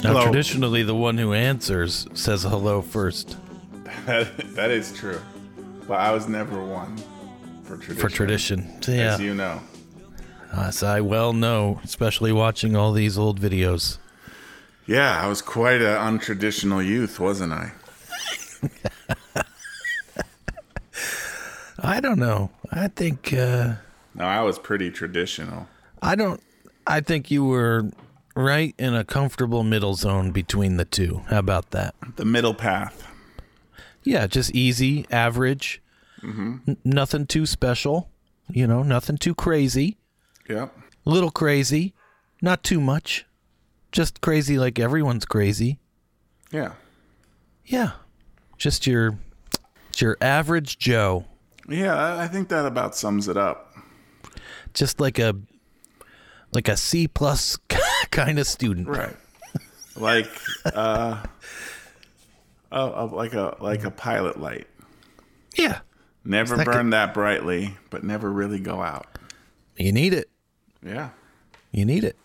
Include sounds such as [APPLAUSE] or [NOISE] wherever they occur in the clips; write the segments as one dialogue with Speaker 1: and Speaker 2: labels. Speaker 1: Traditionally, the one who answers says hello first
Speaker 2: that is true. But I was never one for tradition.
Speaker 1: for tradition. So, yeah,
Speaker 2: As you know.
Speaker 1: as I well know, especially watching all these old videos.
Speaker 2: Yeah, I was quite an untraditional youth, wasn't I?
Speaker 1: I don't know. I think uh,
Speaker 2: No, I was pretty traditional.
Speaker 1: I don't. I think you were right in a comfortable middle zone between the two. How about that?
Speaker 2: The middle path.
Speaker 1: Yeah, just easy, average, N- nothing too special. You know, nothing too crazy.
Speaker 2: Yep.
Speaker 1: Little crazy, not too much. Just crazy, like everyone's crazy.
Speaker 2: Yeah.
Speaker 1: Yeah, just your, your average Joe.
Speaker 2: Yeah, I- I think that about sums it up.
Speaker 1: just like a like a C plus [LAUGHS] kind of student.
Speaker 2: Right. [LAUGHS] like uh oh, oh, like a like a pilot light.
Speaker 1: Yeah,
Speaker 2: Never
Speaker 1: like
Speaker 2: burn that brightly, but never really go out.
Speaker 1: you need it.
Speaker 2: Yeah.
Speaker 1: You need it.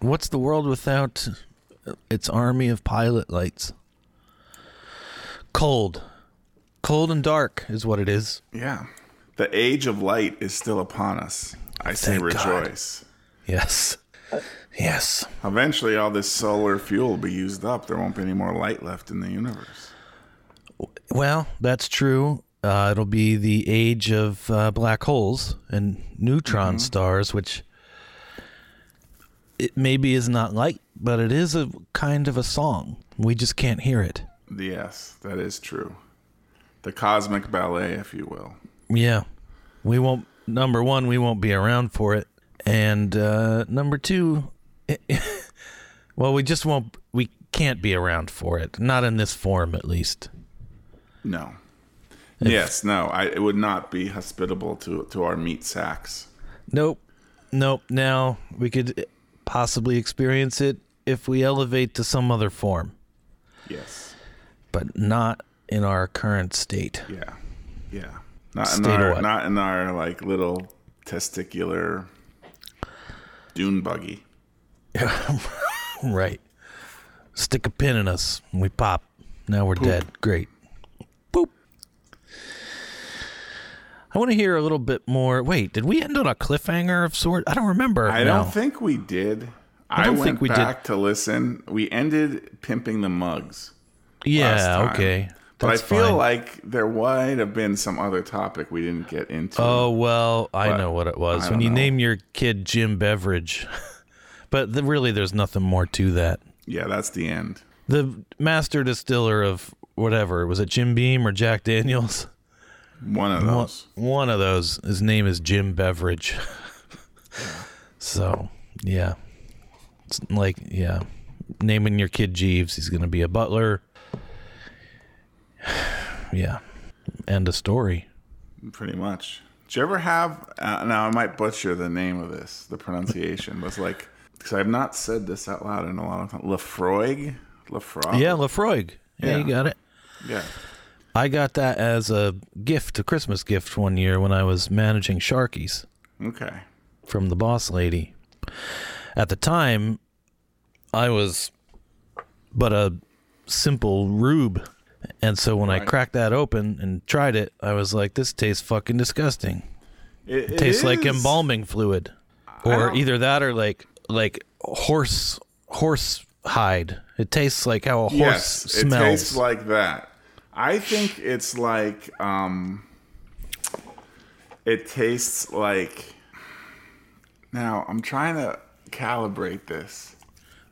Speaker 1: What's the world without its army of pilot lights? Cold, cold and dark is what it is.
Speaker 2: Yeah. The age of light is still upon us. I say
Speaker 1: Thank God.
Speaker 2: rejoice.
Speaker 1: Yes, yes.
Speaker 2: Eventually, all this solar fuel will be used up. There won't be any more light left in the universe.
Speaker 1: Well, that's true. Uh, it'll be the age of uh, black holes and neutron stars, which it maybe is not light, but it is a kind of a song. We just can't hear it.
Speaker 2: Yes, that is true. The cosmic ballet, if you will.
Speaker 1: Yeah, we won't. Number one, we won't be around for it, and uh, number two, [LAUGHS] well, we just won't. We can't be around for it. Not in this form, at least.
Speaker 2: No. yes, no. I, it would not be hospitable to to our meat sacks.
Speaker 1: Nope. Nope. Now we could possibly experience it if we elevate to some other form,
Speaker 2: Yes.
Speaker 1: but not in our current state.
Speaker 2: Yeah. Yeah. Not in
Speaker 1: State of
Speaker 2: our
Speaker 1: what?
Speaker 2: not in our like little testicular dune buggy.
Speaker 1: Right. Stick a pin in us and we pop. Now we're dead. Great. Boop. I want to hear a little bit more. Wait, did we end on a cliffhanger of sort? I don't remember.
Speaker 2: I
Speaker 1: now.
Speaker 2: don't think we did. I,
Speaker 1: don't
Speaker 2: went
Speaker 1: think we did.
Speaker 2: back to listen. We ended pimping the mugs. last
Speaker 1: Yeah.
Speaker 2: time.
Speaker 1: Okay.
Speaker 2: But
Speaker 1: That's
Speaker 2: I feel
Speaker 1: fine.
Speaker 2: like there might have been some other topic we didn't get into.
Speaker 1: Oh well, I know what it was.
Speaker 2: I
Speaker 1: When
Speaker 2: don't
Speaker 1: you
Speaker 2: know.
Speaker 1: name your kid Jim Beverage, [LAUGHS] but th really, there's nothing more to that.
Speaker 2: Yeah, that's the end.
Speaker 1: The master distiller of whatever was it Jim Beam or Jack Daniels? [LAUGHS]
Speaker 2: One of
Speaker 1: One-
Speaker 2: those.
Speaker 1: One of those. His name is Jim Beverage. [LAUGHS] so yeah, it's like yeah, naming your kid Jeeves. He's gonna be a butler. [SIGHS] yeah, end of story.
Speaker 2: Pretty much. Did you ever have? Uh, now I might butcher the name of this, the pronunciation, but it's like because I've not said this out loud in a long time. Lefroig, Lefroy.
Speaker 1: Yeah, Lafroig. yeah, you
Speaker 2: Yeah.
Speaker 1: got it.
Speaker 2: yeah.
Speaker 1: I got that as a gift, a Christmas gift one year when I was managing Sharkies
Speaker 2: Okay.
Speaker 1: from the boss lady. At the time, I was but a simple rube. And so when I
Speaker 2: Right.
Speaker 1: cracked that open and tried it, I was like, this tastes fucking disgusting.
Speaker 2: It, it
Speaker 1: tastes like
Speaker 2: is-
Speaker 1: embalming fluid. Or
Speaker 2: don't-
Speaker 1: either that or like like horse horse hide. It tastes like how a horse
Speaker 2: Yes,
Speaker 1: smells.
Speaker 2: it tastes like that. I think it's like um it tastes like now I'm trying to calibrate this.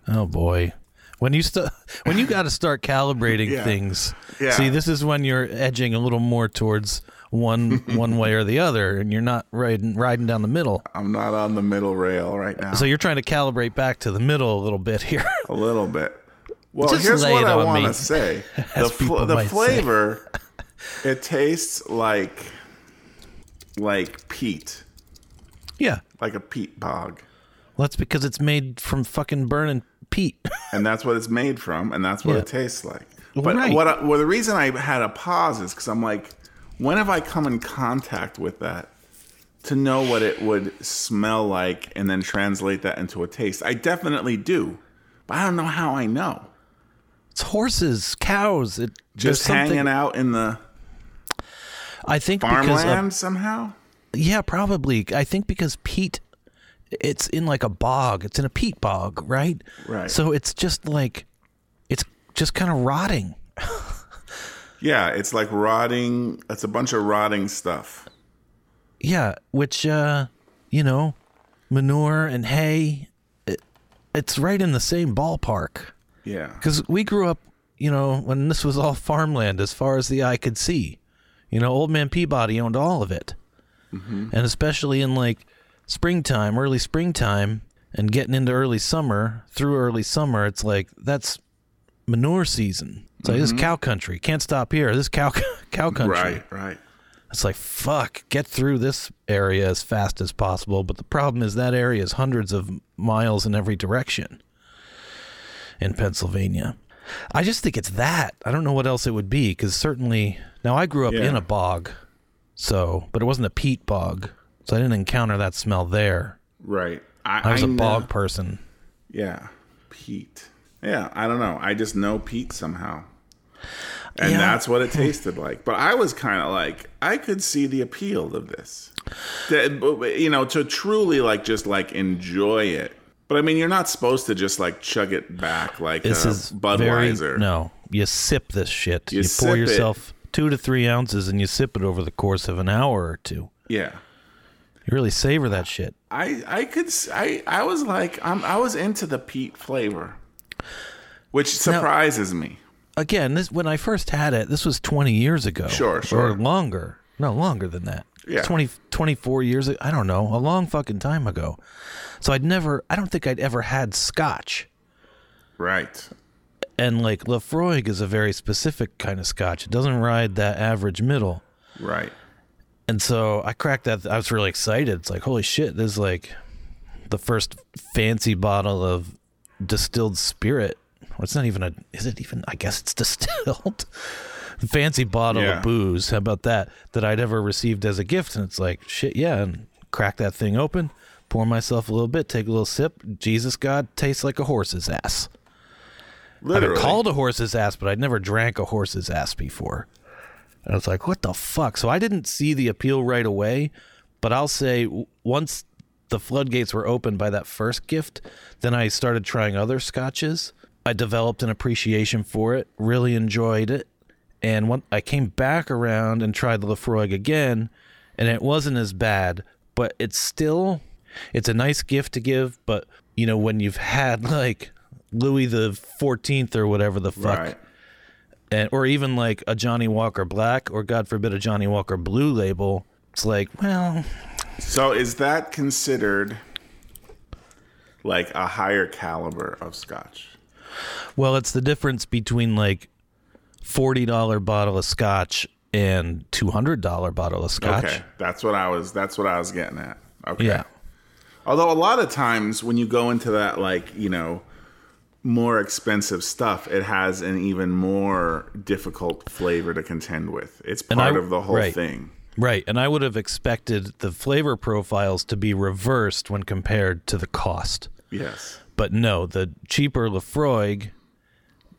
Speaker 1: Oh boy. When you st- [LAUGHS] when you got to start calibrating
Speaker 2: [LAUGHS] Yeah.
Speaker 1: things.
Speaker 2: Yeah.
Speaker 1: See, this is when you're edging a little more towards one
Speaker 2: [LAUGHS]
Speaker 1: one way or the other and you're not riding riding down the middle.
Speaker 2: I'm not on the middle rail right now.
Speaker 1: So you're trying to calibrate back to the middle a little bit here. [LAUGHS]
Speaker 2: a little bit. Well,
Speaker 1: Just
Speaker 2: here's
Speaker 1: lay
Speaker 2: what
Speaker 1: it
Speaker 2: I
Speaker 1: on
Speaker 2: want
Speaker 1: me, [LAUGHS]
Speaker 2: to say.
Speaker 1: as
Speaker 2: The, fl-
Speaker 1: people
Speaker 2: the
Speaker 1: might say.
Speaker 2: flavor it tastes like like peat,
Speaker 1: yeah.
Speaker 2: like a peat bog.
Speaker 1: Well, that's because it's made from fucking burning peat. [LAUGHS]
Speaker 2: and that's what it's made from, and that's what
Speaker 1: Yeah.
Speaker 2: it tastes like.
Speaker 1: Well,
Speaker 2: But
Speaker 1: right.
Speaker 2: what? I, well, the reason I had a pause is because I'm like, when have I come in contact with that to know what it would smell like, and then translate that into a taste? I definitely do, but I don't know how I know.
Speaker 1: It's horses, cows. It
Speaker 2: Just hanging out in the
Speaker 1: I think because of-
Speaker 2: farmland somehow.
Speaker 1: yeah, probably. I think because peat, it's in like a bog. It's in a peat bog, right?
Speaker 2: Right.
Speaker 1: So it's just like, it's just kind of rotting.
Speaker 2: Yeah, it's like rotting. It's a bunch of rotting stuff.
Speaker 1: Yeah, which uh, you know, manure and hay, it, it's right in the same ballpark.
Speaker 2: Yeah.
Speaker 1: Because we grew up, you know, when this was all farmland as far as the eye could see. You know, Old Man Peabody owned all of it. And especially in like springtime, early springtime, and getting into early summer, through early summer, it's like that's manure season. It's like this is cow country. Can't stop here. This is cow [LAUGHS] cow country.
Speaker 2: Right, right.
Speaker 1: It's like fuck, get through this area as fast as possible. But the problem is that area is hundreds of miles in every direction in Pennsylvania. I just think it's that. I don't know what else it would be because certainly now I grew up
Speaker 2: Yeah.
Speaker 1: in a bog, so but it wasn't a peat bog, so I didn't encounter that smell there.
Speaker 2: Right. I,
Speaker 1: I was
Speaker 2: a
Speaker 1: a bog person.
Speaker 2: Yeah. Pete. Yeah, I don't know. I just know Pete somehow. And
Speaker 1: Yeah.
Speaker 2: that's what it tasted like. But I was kind of like, I could see the appeal of this. That- but, but, you know, to truly like just like enjoy it. But I mean, you're not supposed to just like chug it back like
Speaker 1: This
Speaker 2: a
Speaker 1: is
Speaker 2: Budweiser.
Speaker 1: Very, no, you sip this shit. You,
Speaker 2: sip
Speaker 1: pour
Speaker 2: it.
Speaker 1: yourself two to three ounces and you sip it over the course of an hour or two.
Speaker 2: Yeah.
Speaker 1: You really savor that shit.
Speaker 2: I I could s- I I was like I'm, I was into the peat flavor, which surprises me.
Speaker 1: again, this when I first had it, this was 20 years ago.
Speaker 2: Sure, sure.
Speaker 1: Or longer. No, longer than that.
Speaker 2: Yeah.
Speaker 1: 20, 24 years, a- I don't know, a long fucking time ago. So I'd never, I don't think I'd ever had scotch.
Speaker 2: Right.
Speaker 1: And like Lafroig is a very specific kind of scotch. It doesn't ride that average middle.
Speaker 2: Right.
Speaker 1: And so I cracked that. I was really excited. It's like, holy shit, this is like the first fancy bottle of distilled spirit. Or it's not even a, is it even, I guess it's [LAUGHS] distilled. fancy bottle
Speaker 2: Yeah.
Speaker 1: of booze. How about that? That I'd ever received as a gift. And it's like, shit, yeah. And crack that thing open, pour myself a little bit, take a little sip. Jesus God tastes like a horse's ass. I've been
Speaker 2: Literally.
Speaker 1: called a horse's ass, but I'd never drank a horse's ass before. And I was like, what the fuck? So I didn't see the appeal right away, but I'll say w- once the floodgates were opened by that first gift, then I started trying other scotches. I developed an appreciation for it, really enjoyed it. And when I came back around and tried the Lefroy again, and it wasn't as bad, but it's still it's a nice gift to give, but you know, when you've had [LAUGHS] like Louis the fourteenth or whatever the fuck
Speaker 2: Right.
Speaker 1: and or even like a Johnny Walker Black or God forbid a Johnny Walker Blue label, it's like, well,
Speaker 2: So is that considered like a higher caliber of scotch?
Speaker 1: well, it's the difference between like forty dollar bottle of scotch and two hundred dollar bottle of scotch.
Speaker 2: Okay, that's what I was. That's what I was getting at. Okay.
Speaker 1: Yeah.
Speaker 2: Although a lot of times when you go into that, like you know, more expensive stuff, it has an even more difficult flavor to contend with. It's
Speaker 1: I-
Speaker 2: part of the whole
Speaker 1: right.
Speaker 2: thing.
Speaker 1: Right. And I would have expected the flavor profiles to be reversed when compared to the cost.
Speaker 2: Yes.
Speaker 1: But no, the cheaper Lefroig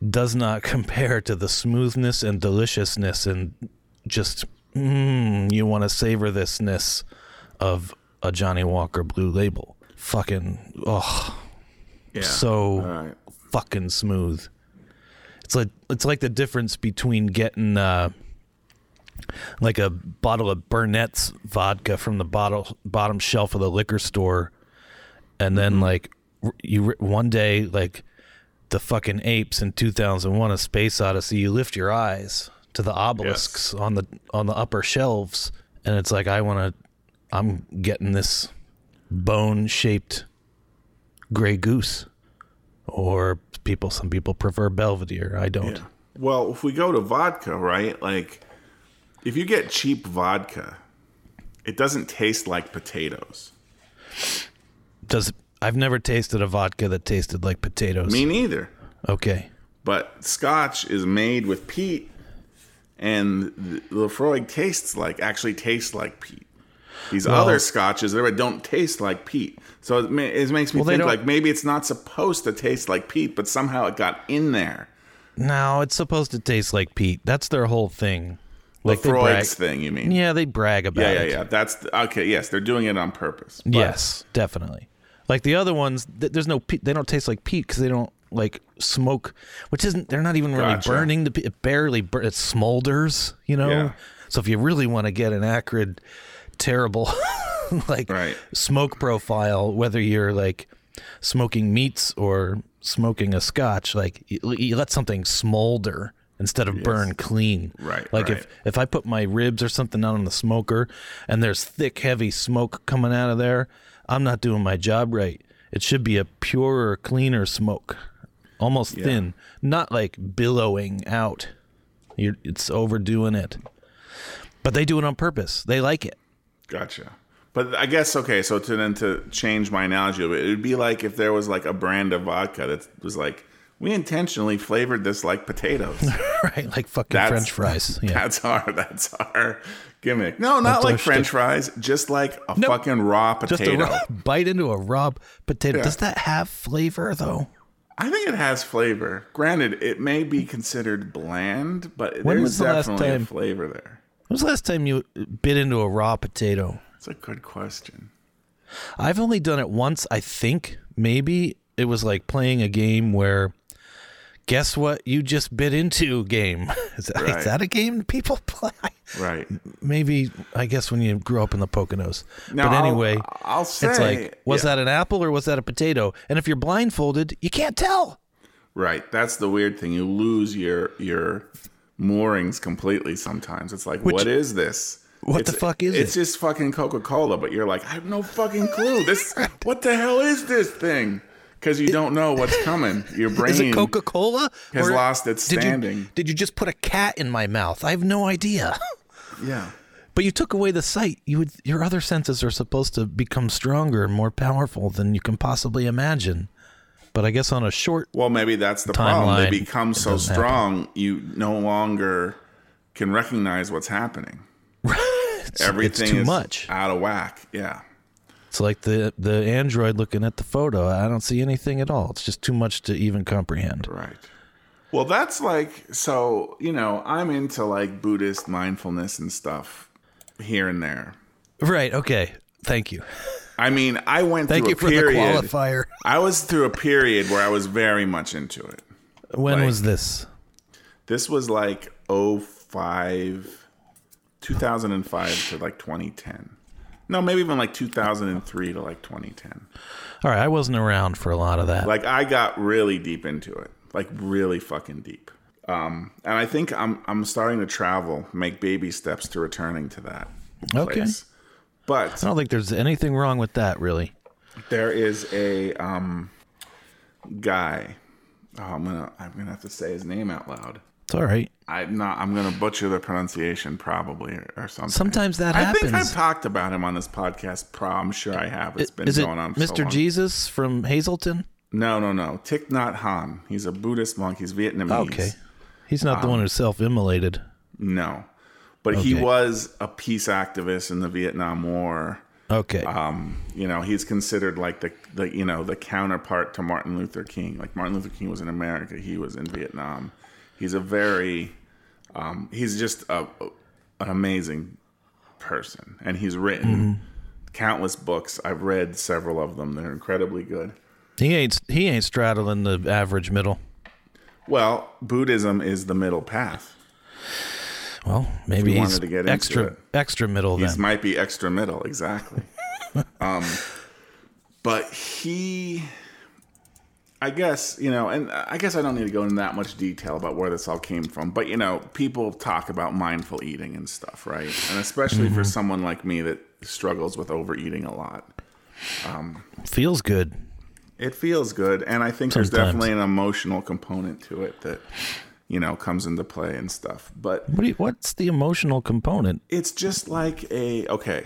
Speaker 1: does not [LAUGHS] compare to the smoothness and deliciousness and just mm, you want to savor thisness of a Johnny Walker Blue Label. Fucking oh,
Speaker 2: Yeah. Uh,
Speaker 1: so
Speaker 2: All right.
Speaker 1: fucking smooth. It's like it's like the difference between getting uh, like a bottle of Burnett's vodka from the bottle bottom shelf of the liquor store, and then like r- you r- one day like the fucking apes in 2001: A Space Odyssey. You lift your eyes to the obelisks on the on the upper shelves, and it's like I want to. I'm getting this bone shaped gray goose or people some people prefer belvedere i don't
Speaker 2: Yeah. Well, if we go to vodka, right? Like, if you get cheap vodka, it doesn't taste like potatoes.
Speaker 1: does i've never tasted a vodka that tasted like potatoes
Speaker 2: Me neither.
Speaker 1: okay
Speaker 2: But Scotch is made with peat, and the Lefroy tastes like actually tastes like peat. These other Scotches there don't taste like peat, so it, ma- it makes me
Speaker 1: Well, they
Speaker 2: think
Speaker 1: don't-
Speaker 2: like maybe it's not supposed to taste like peat, but somehow it got in there,
Speaker 1: No, it's supposed to taste like peat. That's their whole thing. Like they brag.
Speaker 2: Freud's thing, you mean?
Speaker 1: Yeah, they brag about
Speaker 2: yeah, yeah,
Speaker 1: it.
Speaker 2: yeah. That's okay. Yes, they're doing it on purpose. But
Speaker 1: Yes, definitely. Like the other ones, th- there's no peat. They don't taste like peat because they don't like smoke, which isn't. They're not even really
Speaker 2: Gotcha.
Speaker 1: burning the. pe- It barely. Bur- it smolders. You know.
Speaker 2: Yeah.
Speaker 1: So if you really want to get an acrid, terrible, [LAUGHS] like
Speaker 2: Right.
Speaker 1: smoke profile, whether you're like smoking meats or smoking a scotch, like you, you let something smolder instead of burn clean.
Speaker 2: Right,
Speaker 1: Like
Speaker 2: right.
Speaker 1: if if I put my ribs or something out on the smoker and there's thick, heavy smoke coming out of there, I'm not doing my job right. It should be a purer, cleaner smoke, almost thin, not like billowing out. You're, it's overdoing it. But they do it on purpose. They like it. [LAUGHS]
Speaker 2: Gotcha. But I guess okay. So to then to change my analogy, a bit, it would be like if there was like a brand of vodka that was like we intentionally flavored this like
Speaker 1: [LAUGHS]
Speaker 2: potatoes.
Speaker 1: Right, like fucking
Speaker 2: That's-
Speaker 1: French
Speaker 2: [LAUGHS]
Speaker 1: fries. Yeah,
Speaker 2: That's our that's our gimmick. No, not like
Speaker 1: our
Speaker 2: French fries. Just like a
Speaker 1: Nope.
Speaker 2: fucking raw
Speaker 1: just
Speaker 2: potato.
Speaker 1: a raw, [LAUGHS] bite into a raw potato.
Speaker 2: Yeah.
Speaker 1: Does that have flavor though?
Speaker 2: I think it has flavor. Granted, it may be considered bland, but
Speaker 1: When
Speaker 2: there's
Speaker 1: was the last
Speaker 2: definitely
Speaker 1: time-
Speaker 2: a flavor there.
Speaker 1: When was the last time you bit into a raw potato?
Speaker 2: It's a good question.
Speaker 1: I've only done it once, I think. Maybe it was like playing a game where guess what you just bit into game. [LAUGHS] Is that, is
Speaker 2: Right.
Speaker 1: that a game people [LAUGHS] play?
Speaker 2: Right.
Speaker 1: Maybe I guess when you grew up in the Poconos.
Speaker 2: Now,
Speaker 1: but
Speaker 2: I'll-
Speaker 1: anyway,
Speaker 2: I'll, say
Speaker 1: it's like was
Speaker 2: yeah.
Speaker 1: that an apple or was that a potato? And if you're blindfolded, you can't tell.
Speaker 2: Right. That's the weird thing. You lose your your moorings completely sometimes. It's like, what is this?
Speaker 1: What
Speaker 2: It's-
Speaker 1: the fuck is
Speaker 2: It's just fucking Coca Cola, but you're like, I have no fucking clue.
Speaker 1: [LAUGHS]
Speaker 2: This, what the hell is this thing? Because you don't know what's coming. Your
Speaker 1: [LAUGHS]
Speaker 2: brain
Speaker 1: Is it Coca Cola?
Speaker 2: has lost its
Speaker 1: Did you,
Speaker 2: standing.
Speaker 1: did you just put a cat in my mouth? I have no idea. [LAUGHS]
Speaker 2: Yeah.
Speaker 1: But you took away the sight. You would your other senses are supposed to become stronger and more powerful than you can possibly imagine. But I guess on a short [LAUGHS]
Speaker 2: Well, maybe that's the problem. They
Speaker 1: Timeline,
Speaker 2: become
Speaker 1: it
Speaker 2: so
Speaker 1: doesn't happen.
Speaker 2: strong, you no longer can recognize what's happening.
Speaker 1: it's,
Speaker 2: Everything
Speaker 1: it's too
Speaker 2: is
Speaker 1: much.
Speaker 2: out of whack. Yeah.
Speaker 1: It's like the the android looking at the photo. I don't see anything at all. It's just too much to even comprehend.
Speaker 2: Right. Well, that's like so, you know, I'm into like Buddhist mindfulness and stuff here and there.
Speaker 1: Right, okay. Thank you.
Speaker 2: I mean, I went
Speaker 1: Thank
Speaker 2: through
Speaker 1: you
Speaker 2: a
Speaker 1: for
Speaker 2: period.
Speaker 1: the qualifier.
Speaker 2: I was through a period where I was very much into it.
Speaker 1: When
Speaker 2: [LAUGHS] Like-
Speaker 1: was this?
Speaker 2: This was like 05 2005 to like 2010. No, maybe even like 2003 to like 2010.
Speaker 1: All right, I wasn't around for a lot of that.
Speaker 2: Like I got really deep into it, like really fucking deep. Um, and I think I'm I'm starting to travel, make baby steps to returning to that
Speaker 1: Okay.
Speaker 2: place. But
Speaker 1: I don't think there's anything wrong with that, really.
Speaker 2: there is a um, guy. Oh, I'm gonna I'm gonna have to say his name out loud.
Speaker 1: It's all right.
Speaker 2: I'm not. I'm gonna butcher the pronunciation probably or, or something.
Speaker 1: Sometimes that
Speaker 2: I
Speaker 1: happens.
Speaker 2: think I've talked about him on this podcast. Pro, I'm sure I have. It's been
Speaker 1: Is it
Speaker 2: going on. For so
Speaker 1: Mr.
Speaker 2: long.
Speaker 1: Jesus from Hazelton?
Speaker 2: No, no, no. Thich Nhat Hanh. He's a Buddhist monk. He's Vietnamese.
Speaker 1: Okay. He's not the
Speaker 2: Um,
Speaker 1: one who self-immolated.
Speaker 2: No. But he
Speaker 1: Okay.
Speaker 2: was a peace activist in the Vietnam War.
Speaker 1: Okay.
Speaker 2: Um, you know, he's considered like the, the you know, the counterpart to Martin Luther King. Like Martin Luther King was in America, he was in Vietnam. He's a very um, he's just a, an amazing person and he's written countless books. I've read several of them. They're incredibly good.
Speaker 1: he ain't he ain't straddling the average middle.
Speaker 2: Well, Buddhism is the middle path.
Speaker 1: Well, maybe
Speaker 2: wanted
Speaker 1: he's
Speaker 2: to get into
Speaker 1: extra
Speaker 2: it.
Speaker 1: extra middle
Speaker 2: These
Speaker 1: then.
Speaker 2: might be extra middle, exactly. um, but he, I guess you know, and I guess I don't need to go into that much detail about where this all came from. But you know, people talk about mindful eating and stuff, right? And especially for someone like me that struggles with overeating a lot,
Speaker 1: Feels good.
Speaker 2: it feels good. And I think there's
Speaker 1: Sometimes.
Speaker 2: definitely an emotional component to it that you know comes into play and stuff. But
Speaker 1: What do you, what's the emotional component?
Speaker 2: it's just like a okay.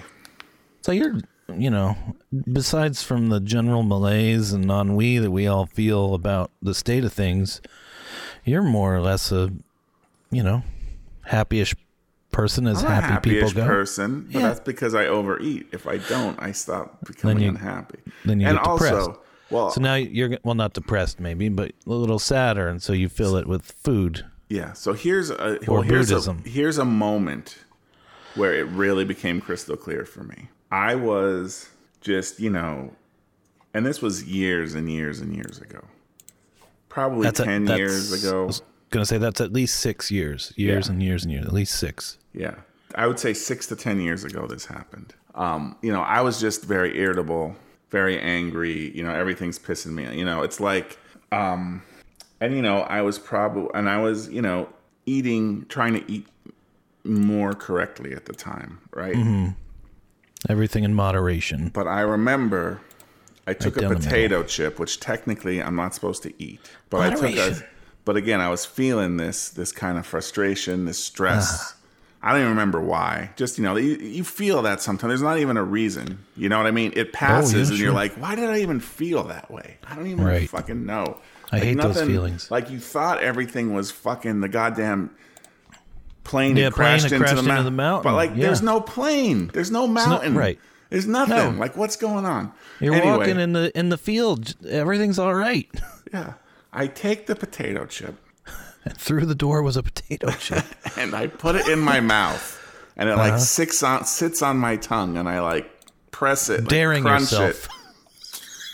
Speaker 1: So you're you know, besides from the general malaise and ennui that we all feel about the state of things, you're more or less a you know, happy-ish person as
Speaker 2: I'm
Speaker 1: happy
Speaker 2: a happy-ish
Speaker 1: people go.
Speaker 2: person, but
Speaker 1: Yeah.
Speaker 2: that's because I overeat. If I don't, I stop becoming
Speaker 1: you-
Speaker 2: unhappy.
Speaker 1: then you
Speaker 2: and
Speaker 1: get
Speaker 2: also,
Speaker 1: depressed.
Speaker 2: Well-
Speaker 1: so now you're well not depressed maybe, but a little sadder, and so you fill it with food.
Speaker 2: Yeah. So here's a
Speaker 1: Or
Speaker 2: well, here's
Speaker 1: Buddhism.
Speaker 2: A, here's a moment where it really became crystal clear for me. I was just, you know, and this was years and years and years ago. Probably
Speaker 1: That's a-
Speaker 2: ten
Speaker 1: that's-
Speaker 2: years
Speaker 1: I
Speaker 2: ago.
Speaker 1: was gonna say that's at least six years, years
Speaker 2: Yeah.
Speaker 1: and years and years, at least six.
Speaker 2: Yeah. I would say six to 10 years ago this happened. Um, you know, I was just very irritable, very angry. You know, everything's pissing me. You know, it's like, um, and, you know, I was probably, and I was, you know, eating, trying to eat more correctly at the time, right?
Speaker 1: Everything in moderation.
Speaker 2: But I remember I took a
Speaker 1: down the middle.
Speaker 2: potato chip, which technically I'm not supposed to eat. But I
Speaker 1: [LAUGHS]
Speaker 2: took
Speaker 1: Moderation.
Speaker 2: a, but again, I was feeling this this kind of frustration, this stress.
Speaker 1: Uh-huh.
Speaker 2: I don't even remember why. Just you know, you, you feel that sometimes. There's not even a reason. You know what I mean? It passes, and
Speaker 1: Oh, sure.
Speaker 2: you're like, "Why did I even feel that way? I don't even
Speaker 1: Right.
Speaker 2: fucking know."
Speaker 1: I hate those feelings.
Speaker 2: Like you thought everything was fucking the goddamn plane
Speaker 1: Yeah,
Speaker 2: that
Speaker 1: plane
Speaker 2: crashed,
Speaker 1: that
Speaker 2: into,
Speaker 1: crashed
Speaker 2: the
Speaker 1: into
Speaker 2: mou-
Speaker 1: the mountain,
Speaker 2: But like, there's
Speaker 1: yeah.
Speaker 2: no plane. There's no mountain.
Speaker 1: right.
Speaker 2: There's nothing.
Speaker 1: No.
Speaker 2: Like, what's going on?
Speaker 1: You're
Speaker 2: Anyway,
Speaker 1: walking in the in the field. Everything's all right. [LAUGHS]
Speaker 2: Yeah. I take the potato chip [LAUGHS]
Speaker 1: Through the door was a potato chip.
Speaker 2: and I put it
Speaker 1: [LAUGHS]
Speaker 2: in my mouth, and it
Speaker 1: Uh-huh.
Speaker 2: like sits on sits on my tongue, and I like press it, like,
Speaker 1: Daring
Speaker 2: crunch
Speaker 1: yourself.
Speaker 2: It.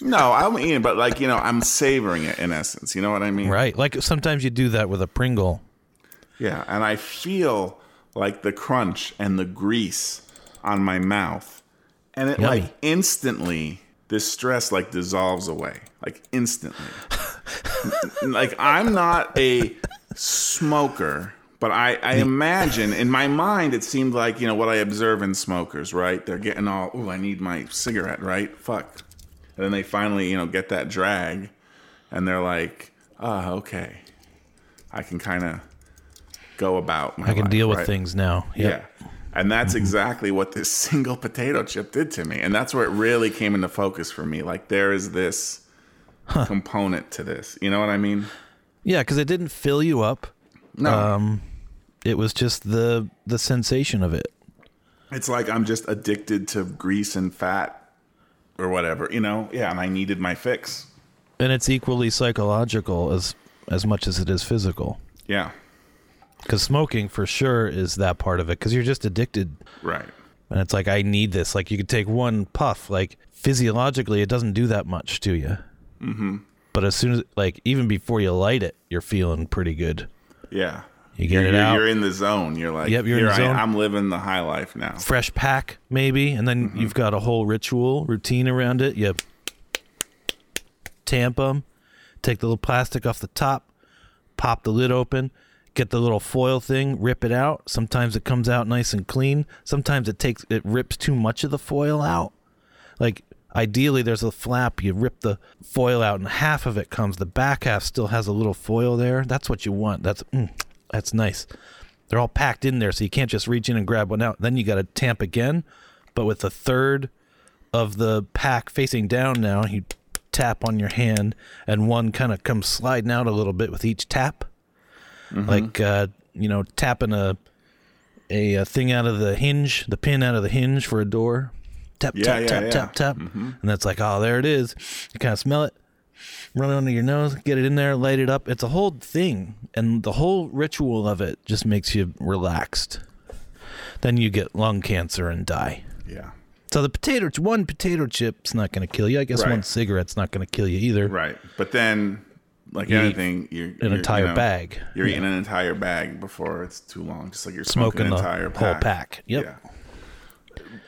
Speaker 2: No, I'm eating, but like you know, I'm savoring it in essence. You know what I
Speaker 1: [LAUGHS]
Speaker 2: mean?
Speaker 1: Right. Like sometimes you do that with a Pringle.
Speaker 2: Yeah, and I feel like the crunch and the grease on my mouth, and it
Speaker 1: Yummy.
Speaker 2: like instantly this stress like dissolves away, like instantly. [LAUGHS] like I'm not a smoker, but I, I imagine in my mind it seemed like you know what I observe in smokers, right? They're getting all, oh, I need my cigarette, right? Fuck, and then they finally you know get that drag, and they're like, ah, okay, I can kind of go about. My
Speaker 1: I can
Speaker 2: life,
Speaker 1: deal with
Speaker 2: right?
Speaker 1: things now.
Speaker 2: Yeah. And that's exactly what this [LAUGHS] single potato chip did to me. And that's where it really came into focus for me. Like, there is this component to this. You know what I mean?
Speaker 1: Yeah, because it didn't fill you up.
Speaker 2: No.
Speaker 1: Um, It was just the the sensation of it.
Speaker 2: it's like I'm just addicted to grease and fat or whatever, you know? Yeah. And I needed my fix.
Speaker 1: And it's equally psychological as as much as it is physical.
Speaker 2: Yeah.
Speaker 1: Because smoking for sure is that part of it. Because you're just addicted,
Speaker 2: Right.
Speaker 1: and it's like I need this. Like you could take one puff. Like physiologically, it doesn't do that much to you. Mm-hmm. But as soon as like even before you light it, you're feeling pretty good.
Speaker 2: Yeah.
Speaker 1: You get
Speaker 2: you're,
Speaker 1: it out.
Speaker 2: You're in the zone. You're like,
Speaker 1: Yep, you're in
Speaker 2: here
Speaker 1: the zone.
Speaker 2: I, I'm living the high life now.
Speaker 1: fresh pack maybe and then you've got a whole ritual routine around it you tamp them take the little plastic off the top pop the lid open get the little foil thing rip it out sometimes it comes out nice and clean sometimes it takes it rips too much of the foil out like ideally there's a flap you rip the foil out and half of it comes the back half still has a little foil there that's what you want that's mm, that's nice they're all packed in there so you can't just reach in and grab one out then you got to tamp again but with a third of the pack facing down now you tap on your hand and one kind of comes sliding out a little bit with each tap
Speaker 2: Mm-hmm.
Speaker 1: like uh, you know tapping a, a uh thing out of the hinge the pin out of the hinge for a door tap tap
Speaker 2: Yeah, yeah, Mm-hmm.
Speaker 1: tap
Speaker 2: yeah.
Speaker 1: tap tap and that's like oh there it is you kind of smell it run it under your nose get it in there light it up it's a whole thing and the whole ritual of it just makes you relaxed then you get lung cancer and die
Speaker 2: Yeah.
Speaker 1: so the potato, one potato chip's not going to kill you. I guess
Speaker 2: Right.
Speaker 1: one cigarette's not going to kill you either.
Speaker 2: Right. But then, like
Speaker 1: You eat
Speaker 2: anything, you're an
Speaker 1: entire bag.
Speaker 2: You're
Speaker 1: Yeah.
Speaker 2: eating an entire bag before it's too long, just like you're
Speaker 1: Smoking
Speaker 2: smoking, an
Speaker 1: the
Speaker 2: entire
Speaker 1: whole
Speaker 2: pack.
Speaker 1: pack. Yep.
Speaker 2: Yeah.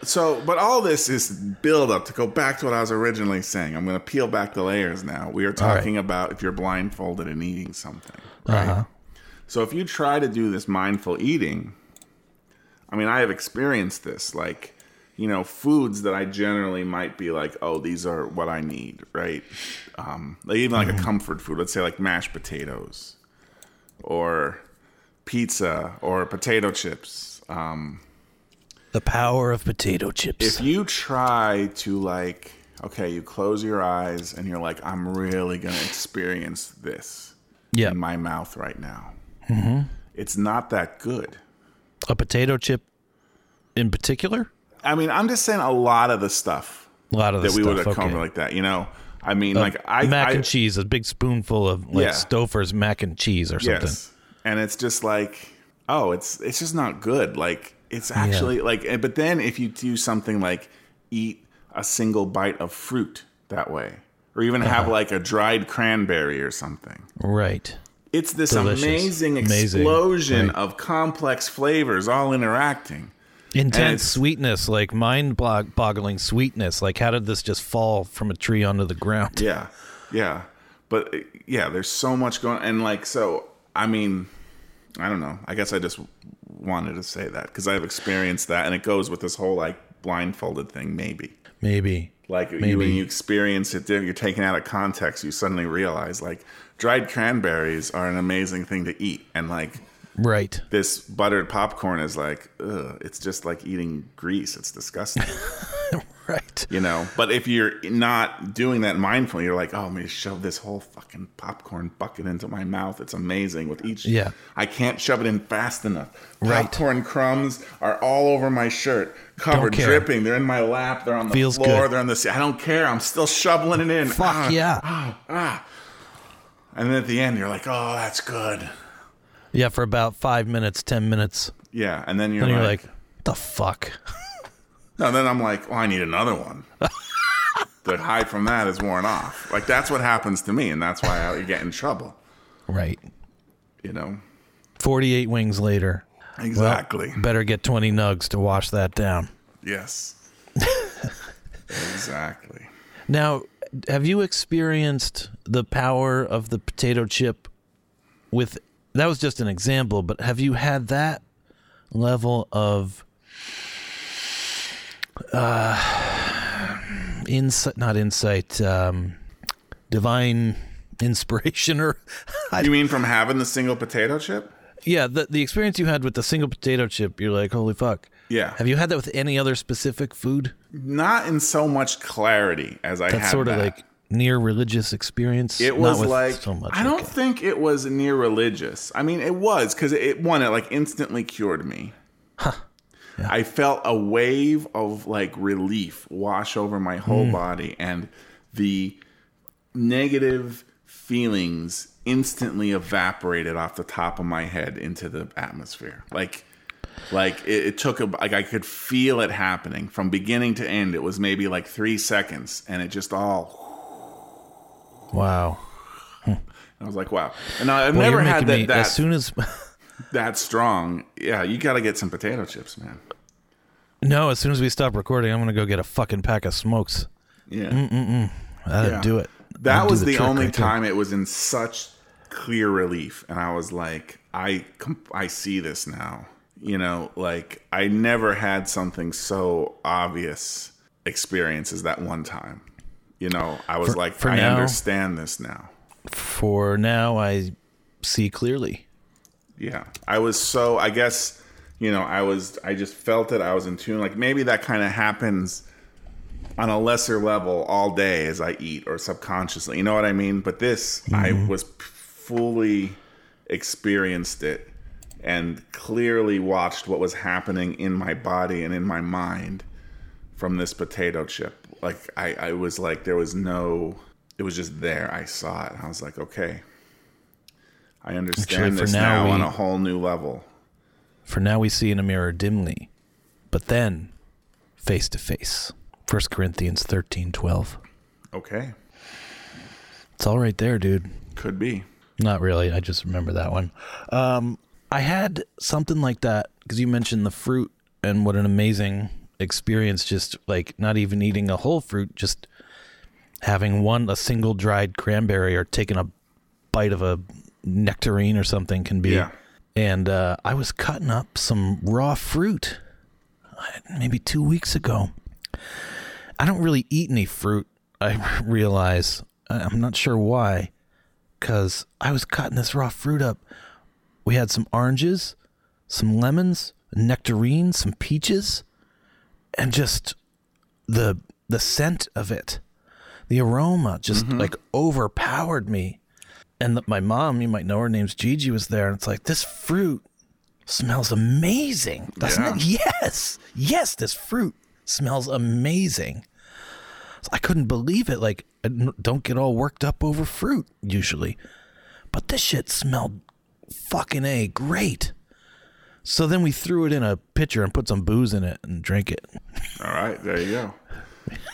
Speaker 2: So, but all this is build up to go back to what I was originally saying. I'm going to peel back the layers now. We are
Speaker 1: right. Uh-huh.
Speaker 2: talking about if you're blindfolded and eating something. Right? So, if you try to do this mindful eating, I mean, I have experienced this. Like, you know, foods that I generally might be like, oh, these are what I need, right? Um, like even like
Speaker 1: Mm-hmm.
Speaker 2: a comfort food, let's say like mashed potatoes or pizza or potato chips. Um,
Speaker 1: The power of potato chips.
Speaker 2: if you try to like, okay, you close your eyes and you're like, I'm really going to experience this
Speaker 1: yeah.
Speaker 2: in my mouth right now.
Speaker 1: Mm-hmm.
Speaker 2: It's not that good.
Speaker 1: a potato chip in particular?
Speaker 2: I mean, I'm just saying a lot of the stuff
Speaker 1: A lot of the
Speaker 2: that we would
Speaker 1: stuff.
Speaker 2: have
Speaker 1: okay. Uh,
Speaker 2: come like that. You know, I mean, like I
Speaker 1: mac
Speaker 2: I,
Speaker 1: and cheese, a big spoonful of like
Speaker 2: Yeah.
Speaker 1: Stouffer's mac and cheese or something.
Speaker 2: Yes. And it's just like, oh, it's it's just not good. Like it's actually like and- but then if you do something like eat a single bite of fruit that way or even
Speaker 1: Uh-huh.
Speaker 2: have like a dried cranberry or something.
Speaker 1: Right.
Speaker 2: It's this
Speaker 1: Delicious.
Speaker 2: amazing
Speaker 1: Amazing.
Speaker 2: explosion of complex flavors all interacting.
Speaker 1: Intense
Speaker 2: it's-
Speaker 1: sweetness, like mind bog- boggling sweetness. Like, how did this just fall from a tree onto the ground?
Speaker 2: Yeah. Yeah. But uh, yeah, there's so much going and like so I mean I don't know. I guess I just wanted to say that cuz I've experienced that and it goes with this whole like blindfolded thing maybe.
Speaker 1: Maybe.
Speaker 2: Like you
Speaker 1: Maybe.
Speaker 2: when you experience it you're taken out of context, you suddenly realize like dried cranberries are an amazing thing to eat and like
Speaker 1: Right. [LAUGHS]
Speaker 2: this buttered popcorn is like ugh, it's just like eating grease. It's disgusting.
Speaker 1: Right.
Speaker 2: you know. But if you're not doing that mindfully, you're like, oh, I'm gonna shove this whole fucking popcorn bucket into my mouth. It's amazing with each.
Speaker 1: Yeah.
Speaker 2: I can't shove it in fast enough.
Speaker 1: Right.
Speaker 2: Popcorn crumbs are all over my shirt, covered,
Speaker 1: care.
Speaker 2: dripping. They're in my lap. They're on the
Speaker 1: Feels
Speaker 2: floor.
Speaker 1: good.
Speaker 2: They're on the. se- I don't care. I'm still shoveling it in.
Speaker 1: Fuck
Speaker 2: Ah,
Speaker 1: yeah.
Speaker 2: Ah, ah. And then at the end, you're like, oh, that's good.
Speaker 1: Yeah, for about five minutes, ten minutes.
Speaker 2: Yeah. And then you're,
Speaker 1: And you're
Speaker 2: like,
Speaker 1: like, the fuck?
Speaker 2: no. Then I'm like, well, I need
Speaker 1: [LAUGHS]
Speaker 2: another one. the high from that is worn off. Like that's what happens to me, and that's why I get in trouble.
Speaker 1: Right.
Speaker 2: you know
Speaker 1: 48 wings later.
Speaker 2: exactly
Speaker 1: Better get 20 nugs to wash that down. [LAUGHS]
Speaker 2: yes exactly
Speaker 1: Now, have you experienced the power of the potato chip with that was just an example, but have you had that level of uh insight not insight um divine [LAUGHS] inspiration or I,
Speaker 2: you mean from having the single potato chip
Speaker 1: yeah the the experience you had with the single potato chip you're like holy fuck
Speaker 2: yeah
Speaker 1: have you had that with any other specific food
Speaker 2: not in so much clarity as i
Speaker 1: that's
Speaker 2: had
Speaker 1: sort of
Speaker 2: that.
Speaker 1: like near religious experience
Speaker 2: it
Speaker 1: Not
Speaker 2: was
Speaker 1: with
Speaker 2: like
Speaker 1: so much
Speaker 2: i don't
Speaker 1: okay.
Speaker 2: think it was near religious i mean it was because it one it like instantly cured me i felt a wave of like relief wash over my whole
Speaker 1: Mm.
Speaker 2: body and the negative feelings instantly evaporated off the top of my head into the atmosphere like like it, it took a like i could feel it happening from beginning to end it was maybe like three seconds and it just all
Speaker 1: Wow.
Speaker 2: I was like, wow. And I- I've
Speaker 1: Well,
Speaker 2: never
Speaker 1: you're making
Speaker 2: had that
Speaker 1: me,
Speaker 2: that,
Speaker 1: as soon as [LAUGHS]
Speaker 2: that strong. Yeah, you got to get some potato chips, man.
Speaker 1: no, as soon as we stop recording, I'm gonna go get a fucking pack of smokes.
Speaker 2: Yeah.
Speaker 1: That'd
Speaker 2: Yeah.
Speaker 1: do it.
Speaker 2: That
Speaker 1: That'd do
Speaker 2: was the,
Speaker 1: trick
Speaker 2: only
Speaker 1: right there.
Speaker 2: time it was in such clear relief and I was like, I com- I see this now. You know, like I never had something so obvious experience as that one time. You know, I was like,
Speaker 1: for
Speaker 2: I
Speaker 1: now-
Speaker 2: understand this now.
Speaker 1: For now, I see clearly.
Speaker 2: Yeah. I was so I guess, you know, I was I just felt it. I was in tune. Like maybe that kind of happens on a lesser level all day as I eat or subconsciously. You know what I mean? But this
Speaker 1: Mm-hmm.
Speaker 2: I was p- fully experienced it and clearly watched what was happening in my body and in my mind from this potato chip. Like I, I was like there was no it was just there. I saw it. I was like, okay. I understand
Speaker 1: Actually, for
Speaker 2: this
Speaker 1: now
Speaker 2: now, on
Speaker 1: we-
Speaker 2: a whole new level.
Speaker 1: For now, we see in a mirror dimly, but then face to face. 1 Corinthians 13, 12.
Speaker 2: Okay.
Speaker 1: It's all right there, dude.
Speaker 2: Could be.
Speaker 1: Not really. I just remember that one. Um, I had something like that because you mentioned the fruit and what an amazing experience. Just like not even eating a whole fruit, just having one a single dried cranberry or taking a bite of a nectarine or something can be.
Speaker 2: Yeah.
Speaker 1: And uh, I was cutting up some raw fruit uh, maybe two weeks ago. I don't really eat any fruit. I [LAUGHS] realize I- I'm not sure why because I was cutting this raw fruit up. We had some oranges, some lemons, nectarines, some peaches, and just the the scent of it, the aroma just like overpowered me. And the, my mom, you might know her name's Gigi, was there, and it's like this fruit smells amazing, doesn't it? Yes, yes, this fruit smells amazing. I couldn't believe it. Like, I n- don't get all worked up over fruit usually, but this shit smelled fucking a great. So then we threw it in a pitcher and put some booze in it and drank it.
Speaker 2: All right, there you go.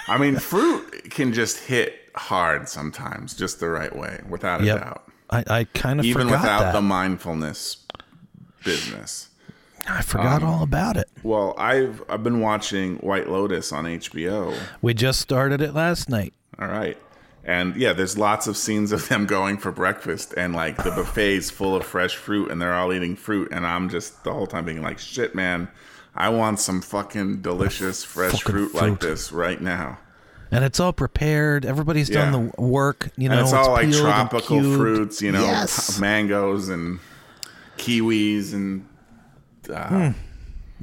Speaker 2: I mean, fruit can just hit hard sometimes, just the right way, without a
Speaker 1: Yep.
Speaker 2: doubt.
Speaker 1: I, I kind of
Speaker 2: Even
Speaker 1: forgot
Speaker 2: without
Speaker 1: that.
Speaker 2: the mindfulness business.
Speaker 1: I forgot
Speaker 2: Um,
Speaker 1: all about it.
Speaker 2: Well, I've I've been watching White Lotus on HBO.
Speaker 1: We just started it last night.
Speaker 2: All right. And yeah, there's lots of scenes of them going for breakfast and like the buffet's full of fresh fruit and they're all eating fruit and I'm just the whole time being like, shit man, I want some fucking delicious fresh
Speaker 1: Fucking
Speaker 2: fruit,
Speaker 1: fruit.
Speaker 2: like this right now.
Speaker 1: And it's all prepared. Everybody's
Speaker 2: Yeah.
Speaker 1: done the work. You know,
Speaker 2: And it's all like
Speaker 1: peeled and
Speaker 2: tropical
Speaker 1: cubed.
Speaker 2: fruits, you know,
Speaker 1: Yes.
Speaker 2: [LAUGHS] mangoes and kiwis and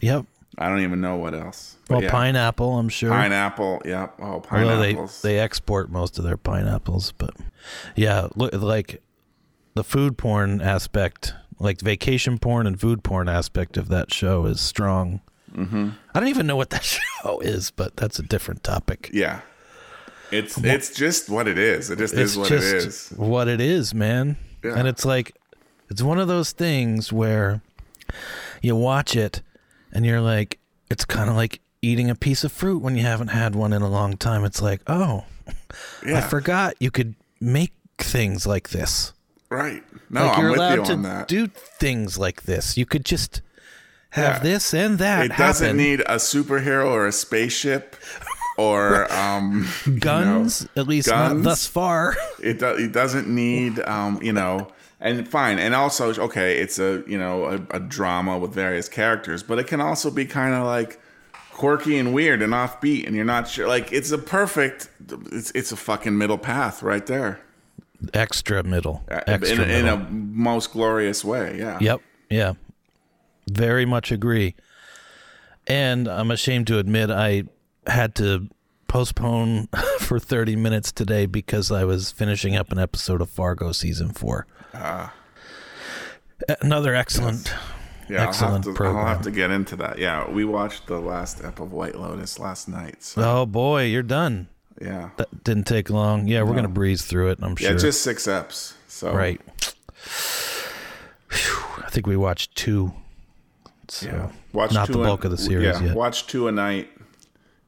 Speaker 1: Yep.
Speaker 2: I don't even know what else. But
Speaker 1: Well,
Speaker 2: yeah.
Speaker 1: pineapple, I'm sure.
Speaker 2: pineapple, yep. Oh,
Speaker 1: Although
Speaker 2: pineapples.
Speaker 1: they they export most of their pineapples, but yeah, look like the food porn aspect, like vacation porn and food porn aspect of that show is strong.
Speaker 2: Mm-hmm.
Speaker 1: I don't even know what that [LAUGHS] show is, but that's a different topic.
Speaker 2: yeah. It's it's just what it is. It just is what it is.
Speaker 1: what it is, man.
Speaker 2: Yeah.
Speaker 1: And it's like it's one of those things where you watch it and you're like it's kind of like eating a piece of fruit when you haven't had one in a long time. It's like, "Oh, [LAUGHS] I
Speaker 2: Yeah.
Speaker 1: forgot you could make things like this."
Speaker 2: Right. No,
Speaker 1: like
Speaker 2: Oh, I'm
Speaker 1: you're
Speaker 2: with
Speaker 1: allowed
Speaker 2: you
Speaker 1: to
Speaker 2: on that.
Speaker 1: do things like this. You could just have
Speaker 2: Yeah.
Speaker 1: this and that
Speaker 2: it doesn't
Speaker 1: happen.
Speaker 2: need a superhero or a spaceship
Speaker 1: [LAUGHS]
Speaker 2: or um you know,
Speaker 1: guns, at least not
Speaker 2: Guns?
Speaker 1: thus far. [LAUGHS]
Speaker 2: it, do- it doesn't need um you know and fine and also okay it's a you know a, a drama with various characters but it can also be kind of like quirky and weird and offbeat and you're not sure like it's a perfect it's it's a fucking middle path right there
Speaker 1: Extra middle.
Speaker 2: Uh, in,
Speaker 1: Extra
Speaker 2: a-
Speaker 1: middle.
Speaker 2: in a most glorious way yeah
Speaker 1: Yep. Yeah. Very much agree. And I'm ashamed to admit I had to postpone [LAUGHS] for 30 minutes today because I was finishing up an episode of Fargo season 4. Ah. Another excellent.
Speaker 2: yeah
Speaker 1: Excellent
Speaker 2: I'll have, to, I'll
Speaker 1: program.
Speaker 2: have to get into that yeah we watched the last ep of white lotus last night so
Speaker 1: Oh boy, you're done.
Speaker 2: yeah
Speaker 1: That didn't take long. Yeah, we're going to breeze through it, I'm sure.
Speaker 2: Yeah, it's just six eps. So
Speaker 1: right. Phew, I think we watched 2. So,
Speaker 2: yeah. watch
Speaker 1: not
Speaker 2: two
Speaker 1: the
Speaker 2: a-
Speaker 1: bulk of the series
Speaker 2: Yeah,
Speaker 1: yet.
Speaker 2: watch two a night,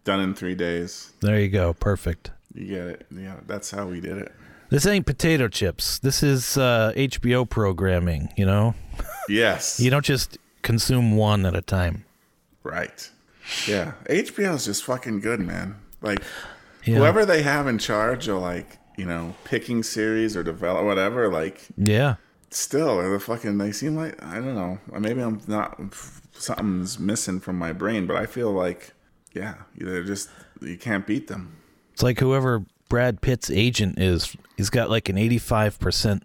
Speaker 2: done in three days.
Speaker 1: There you go. Perfect.
Speaker 2: You get it. Yeah, that's how we did it.
Speaker 1: This ain't potato chips. This is uh, HBO programming, you know?
Speaker 2: Yes,
Speaker 1: You don't just consume one at a time.
Speaker 2: right. Yeah, HBO is just fucking good, man. Like
Speaker 1: Yeah.
Speaker 2: whoever they have in charge, or like you know, picking series or develop whatever. Like
Speaker 1: Yeah.
Speaker 2: still, they're the fucking. They seem like I don't know. Maybe I'm not. Something's missing from my brain, but I feel like yeah, they're just you can't beat them.
Speaker 1: It's like whoever Brad Pitt's agent is, he's got like an 85%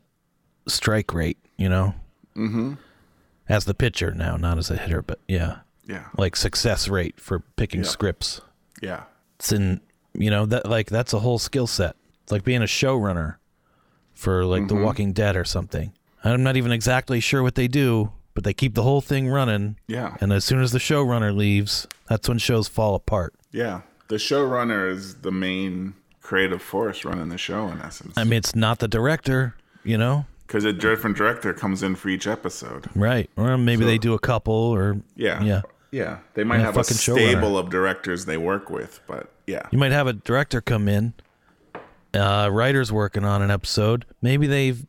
Speaker 1: strike rate, you know? Mm-hmm. As the pitcher now, not as a hitter, but yeah.
Speaker 2: Yeah,
Speaker 1: Like success rate for picking scripts.
Speaker 2: yeah.
Speaker 1: It's in, you know, that like that's a whole skill set. It's like being a showrunner for like The Walking Dead or something. I'm not even exactly sure what they do, but they keep the whole thing running.
Speaker 2: Yeah.
Speaker 1: And as soon as the showrunner leaves, that's when shows fall apart.
Speaker 2: Yeah, the showrunner is the main creative force running the show in essence,
Speaker 1: I mean, it's not the director, you know?
Speaker 2: because a different director comes in for each episode.
Speaker 1: Right. Or maybe they do a couple or
Speaker 2: Yeah,
Speaker 1: Yeah.
Speaker 2: yeah. They might
Speaker 1: And a
Speaker 2: have a
Speaker 1: fucking showrunner.
Speaker 2: stable of directors they work with, but yeah,
Speaker 1: You might have a director come in, uh, writer's working on an episode. Maybe they've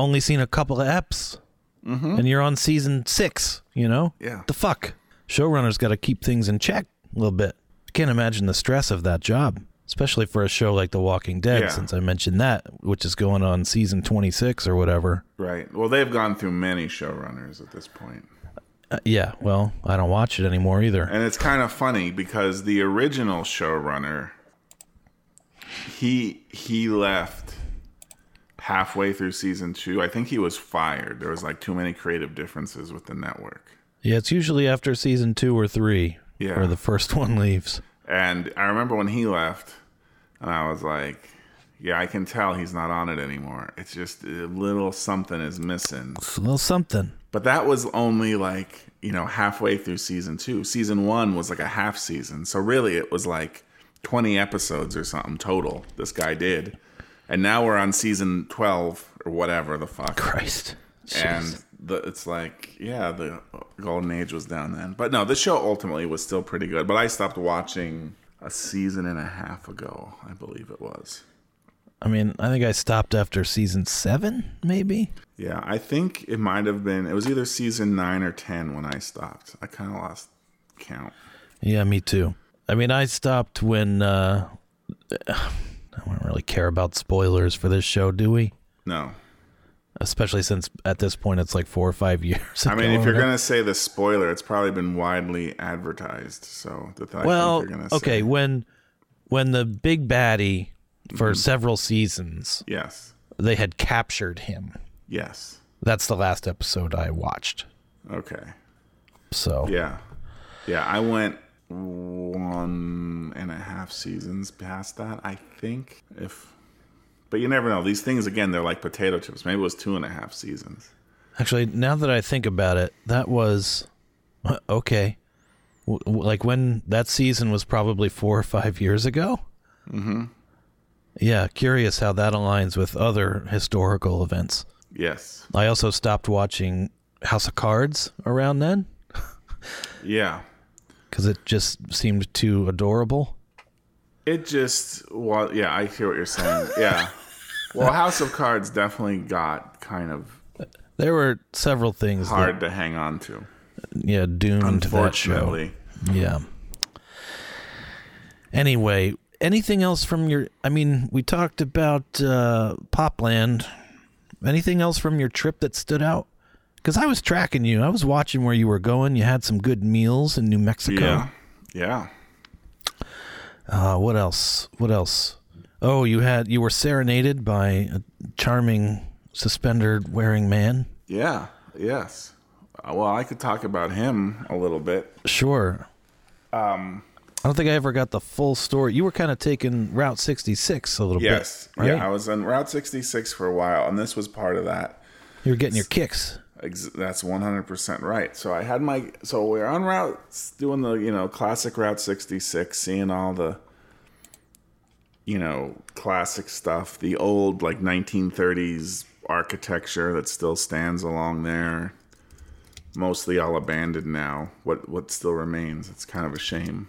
Speaker 1: only seen a couple of eps, and you're on season six. You know,
Speaker 2: Mm-hmm. Yeah.
Speaker 1: The fuck, showrunners got to keep things in check a little bit. I can't imagine the stress of that job, especially for a show like The Walking Dead.
Speaker 2: Yeah.
Speaker 1: Since I mentioned that, which is going on season twenty six or whatever.
Speaker 2: right. Well, they've gone through many showrunners at this point,
Speaker 1: Uh, yeah. Well, I don't watch it anymore either.
Speaker 2: and it's kind of funny because the original showrunner, he he left halfway through season two. I think he was fired. There was like too many creative differences with the network.
Speaker 1: Yeah, it's usually after season two or three
Speaker 2: Yeah.
Speaker 1: where the first [LAUGHS] one leaves.
Speaker 2: And I remember when he left, and I was like, yeah, I can tell he's not on it anymore. It's just a little something is missing.
Speaker 1: It's a little something.
Speaker 2: But that was only like, you know, halfway through season two. Season one was like a half season. So really, it was like 20 episodes or something total. This guy did. And now we're on season 12 or whatever the fuck.
Speaker 1: Christ. Jeez.
Speaker 2: And the, it's like, yeah, the golden age was down then. But no, the show ultimately was still pretty good. But I stopped watching a season and a half ago, I believe it was.
Speaker 1: I mean, I think I stopped after season seven, maybe.
Speaker 2: Yeah, I think it might have been, it was either season nine or 10 when I stopped. I kind of lost count.
Speaker 1: Yeah, me too. I mean, I stopped when uh, [SIGHS] I don't really care about spoilers for this show, do we?
Speaker 2: No.
Speaker 1: Especially since at this point it's like four or five [LAUGHS] years.
Speaker 2: I mean,
Speaker 1: ago
Speaker 2: if you're
Speaker 1: or-
Speaker 2: going to say the spoiler, it's probably been widely advertised. So the thing
Speaker 1: well,
Speaker 2: you're going to
Speaker 1: okay,
Speaker 2: say.
Speaker 1: when when the big baddie for
Speaker 2: Mm-hmm.
Speaker 1: several seasons
Speaker 2: Yes.
Speaker 1: they had captured him.
Speaker 2: Yes.
Speaker 1: That's the last episode I watched.
Speaker 2: Okay.
Speaker 1: So
Speaker 2: Yeah. Yeah. I went one and a half seasons past that, I think. If. But you never know. These things, again, they're like potato chips. Maybe it was two and a half seasons.
Speaker 1: Actually, now that I think about it, that was uh, okay. W- w- like when that season was probably four or five years ago. Mm-hmm. Yeah, curious how that aligns with other historical events.
Speaker 2: Yes.
Speaker 1: I also stopped watching House of Cards around then
Speaker 2: Yeah.
Speaker 1: because it just seemed too adorable.
Speaker 2: It just well, yeah, I hear what you're saying. Yeah. well, House of Cards definitely got kind of
Speaker 1: There were several things
Speaker 2: hard to hang on to.
Speaker 1: that yeah doomed that show.
Speaker 2: Unfortunately.
Speaker 1: Yeah. Anyway, anything else from your? I mean, we talked about uh, Popland. Anything else from your trip that stood out? Because I was tracking you. I was watching where you were going. You had some good meals in New Mexico.
Speaker 2: Yeah. Yeah.
Speaker 1: Uh, what else? What else? Oh, you had you were serenaded by a charming suspender wearing man.
Speaker 2: Yeah. Yes. Uh, Well, I could talk about him a little bit.
Speaker 1: Sure.
Speaker 2: Um,
Speaker 1: I don't think I ever got the full story. You were kind of taking Route 66 a little
Speaker 2: Yes.
Speaker 1: bit. right?
Speaker 2: Yeah, I was on Route 66 for a while, and this was part of that.
Speaker 1: You're getting your kicks.
Speaker 2: Ex- That's 100% right. So I had my so we're on routes doing the, you know, classic route 66, seeing all the you know, classic stuff, the old like 1930s architecture that still stands along there. Mostly all abandoned now. What what still remains? It's kind of a shame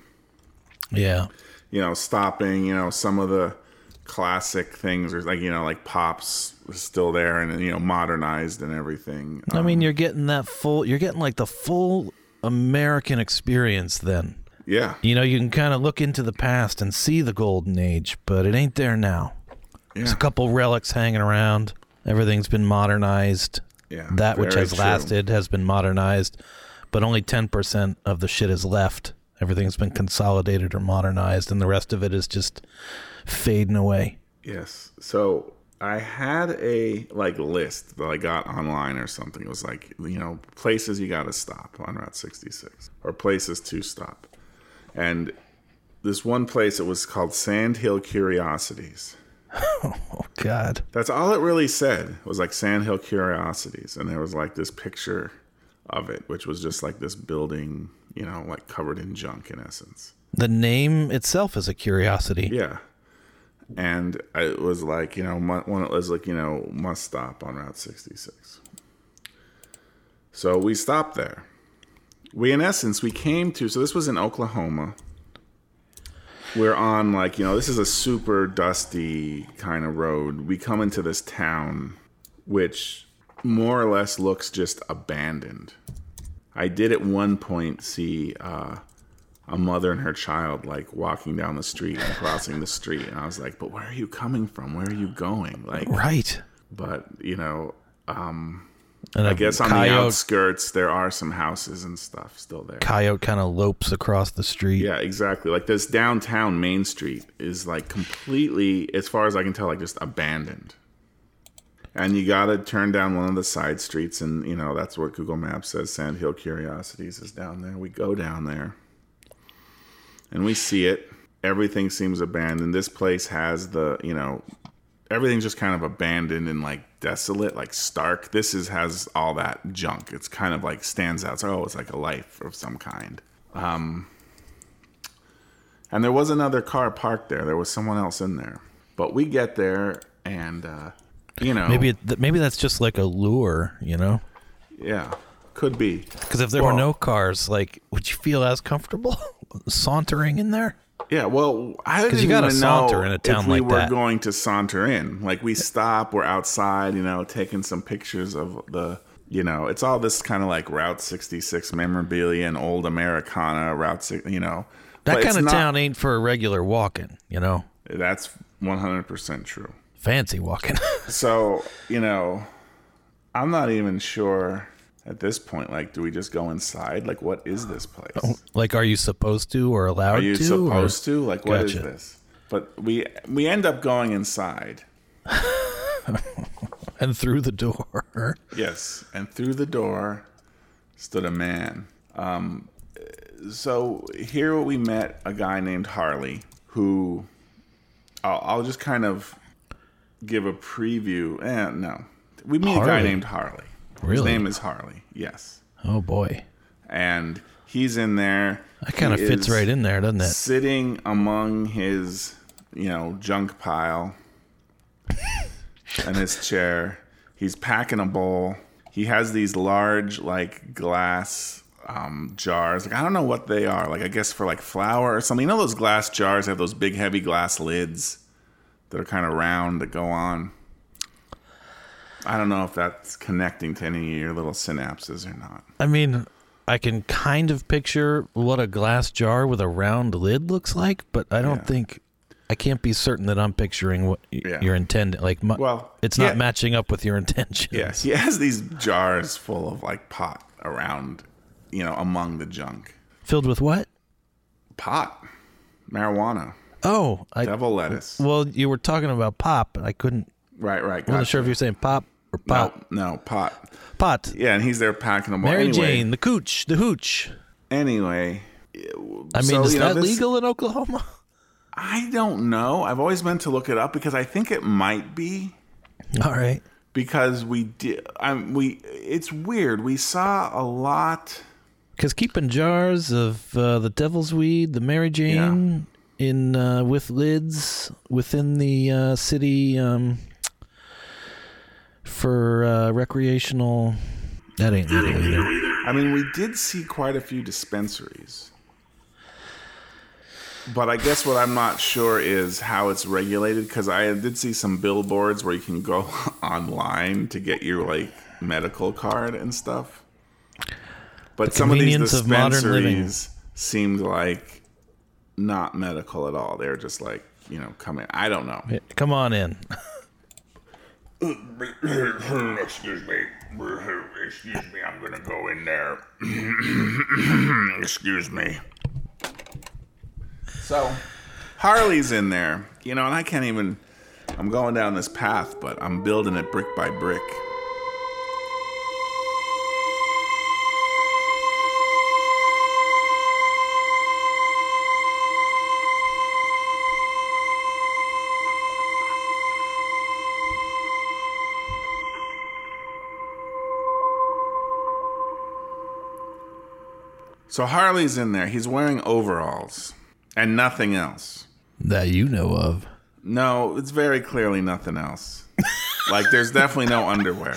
Speaker 1: Yeah.
Speaker 2: you know, stopping, you know, some of the classic things or like, you know, like pops was still there and, you know, modernized and everything. Uh,
Speaker 1: I mean, you're getting that full, you're getting like the full American experience then.
Speaker 2: yeah.
Speaker 1: You know, you can kind of look into the past and see the golden age, but it ain't there now. There's a
Speaker 2: Yeah.
Speaker 1: couple relics hanging around. Everything's been modernized.
Speaker 2: Yeah,
Speaker 1: that which
Speaker 2: very
Speaker 1: has
Speaker 2: true.
Speaker 1: lasted has been modernized, but only 10% of the shit is left. Everything's been consolidated or modernized, and the rest of it is just fading away.
Speaker 2: Yes. So I had a like list that I got online or something. It was like, you know, places you got to stop on Route 66 or places to stop. And this one place, it was called Sand Hill Curiosities.
Speaker 1: Oh, God.
Speaker 2: That's all it really said was like Sand Hill Curiosities, and there was like this picture of it, which was just like this building, you know, like covered in junk in essence.
Speaker 1: The name itself is a curiosity.
Speaker 2: Yeah, and it was like you know mu- one it was like you know must stop on Route 66. So we stopped there. We in essence we came to so this was in Oklahoma. We're on like you know this is a super dusty kind of road. We come into this town, which more or less looks just abandoned. I did at one point see uh, a mother and her child like walking down the street and crossing the street, and I was like, "But where are you coming from? Where are you going?" Like,
Speaker 1: Right.
Speaker 2: but you know,
Speaker 1: And
Speaker 2: I guess on the outskirts there are some houses and stuff still there.
Speaker 1: coyote kind of lopes across the street.
Speaker 2: Yeah, exactly. Like this downtown Main Street is like completely, as far as I can tell, like just abandoned. And you gotta turn down one of the side streets, and you know that's what Google Maps says. Sand Hill Curiosities is down there. We go down there, and we see it. Everything seems abandoned. This place has the you know, everything's just kind of abandoned and like desolate, like stark. This is has all that junk. It's kind of like stands out. So oh, it's like a life of some kind. Um, And there was another car parked there. There was someone else in there. But we get there, and uh, you know,
Speaker 1: Maybe it, th- maybe that's just like a lure, you know?
Speaker 2: yeah, could be.
Speaker 1: Because if there were
Speaker 2: Well-
Speaker 1: no cars, like, would you feel as comfortable [LAUGHS] sauntering in there?
Speaker 2: Yeah, well, I didn't
Speaker 1: you gotta
Speaker 2: even
Speaker 1: saunter
Speaker 2: know
Speaker 1: in a town
Speaker 2: if we
Speaker 1: like
Speaker 2: were
Speaker 1: that.
Speaker 2: going to saunter in. Like we stop, we're outside, you know, taking some pictures of the, you know, it's all this kind of like Route 66 memorabilia and old Americana Route, six, you know,
Speaker 1: That
Speaker 2: But it's
Speaker 1: kind of
Speaker 2: not-
Speaker 1: town ain't for a regular walking, you know?
Speaker 2: That's 100% true.
Speaker 1: Fancy walking. [LAUGHS]
Speaker 2: So you know, I'm not even sure at this point. Like, do we just go inside? Like, what is this place?
Speaker 1: like, are you supposed to or allowed
Speaker 2: Are you
Speaker 1: to? Oh, or-
Speaker 2: supposed to? Like, what is
Speaker 1: Gotcha.
Speaker 2: this? But we we end up going inside.
Speaker 1: [LAUGHS] and through the door. [LAUGHS]
Speaker 2: Yes, and through the door stood a man. Um, so here we met a guy named Harley, who I'll, I'll just kind of give a preview. Eh, no, we meet a guy
Speaker 1: Harley?
Speaker 2: named Harley. His
Speaker 1: Really?
Speaker 2: name is Harley. Yes,
Speaker 1: Oh, boy.
Speaker 2: and he's in there.
Speaker 1: That kind of fits right in there, doesn't it?
Speaker 2: Sitting among his, you know, junk pile and his chair. He's packing a bowl. He has these large, like, glass um, jars. Like, I don't know what they are. Like, I guess for like flour or something. You know, those glass jars have those big, heavy glass lids that are kind of round that go on. I don't know if that's connecting to any of your little synapses or not.
Speaker 1: I mean, I can kind of picture what a glass jar with a round lid looks like, but I don't
Speaker 2: Yeah.
Speaker 1: think I can't be certain that I'm picturing what y-
Speaker 2: Yeah.
Speaker 1: your intended like. My,
Speaker 2: Well,
Speaker 1: it's not
Speaker 2: yeah.
Speaker 1: matching up with your intentions.
Speaker 2: Yeah, he has these jars full of like pot around, you know, among the junk.
Speaker 1: Filled with what?
Speaker 2: Pot, marijuana,
Speaker 1: Oh, I,
Speaker 2: devil lettuce.
Speaker 1: well, you were talking about pop, and I couldn't.
Speaker 2: Right, right.
Speaker 1: I'm
Speaker 2: Gotcha.
Speaker 1: not sure if you're saying pop or pop
Speaker 2: No, no, pot.
Speaker 1: pot.
Speaker 2: Yeah, and he's there packing them all.
Speaker 1: Mary
Speaker 2: anyway,
Speaker 1: Jane, the cooch, the hooch.
Speaker 2: Anyway,
Speaker 1: I mean,
Speaker 2: So,
Speaker 1: is
Speaker 2: you
Speaker 1: that
Speaker 2: know, this-
Speaker 1: legal in Oklahoma?
Speaker 2: I don't know. I've always meant to look it up because I think it might be
Speaker 1: [LAUGHS] All right.
Speaker 2: because we did. I'm we. It's weird. We saw a lot.
Speaker 1: Because keeping jars of uh, the devil's weed, the Mary Jane, in uh, with lids within the uh, city um, for uh, recreational. That ain't legal either.
Speaker 2: I mean, we did see quite a few dispensaries. But I guess what I'm not sure is how it's regulated because I did see some billboards where you can go [LAUGHS] online to get your like medical card and stuff. But some of these
Speaker 1: convenience of modern living.
Speaker 2: dispensaries seemed like not medical at all. They're just like, you know, coming. I don't know.
Speaker 1: Come on in.
Speaker 3: [CLEARS THROAT] Excuse me. Excuse me, I'm gonna go in there. [CLEARS THROAT] Excuse me.
Speaker 2: So Harley's in there, you know, and I can't even. I'm going down this path, but I'm building it brick by brick. So Harley's in there. He's wearing overalls and nothing else.
Speaker 1: That you know of.
Speaker 2: No, it's very clearly
Speaker 3: [LAUGHS]
Speaker 2: nothing else. like there's definitely no underwear.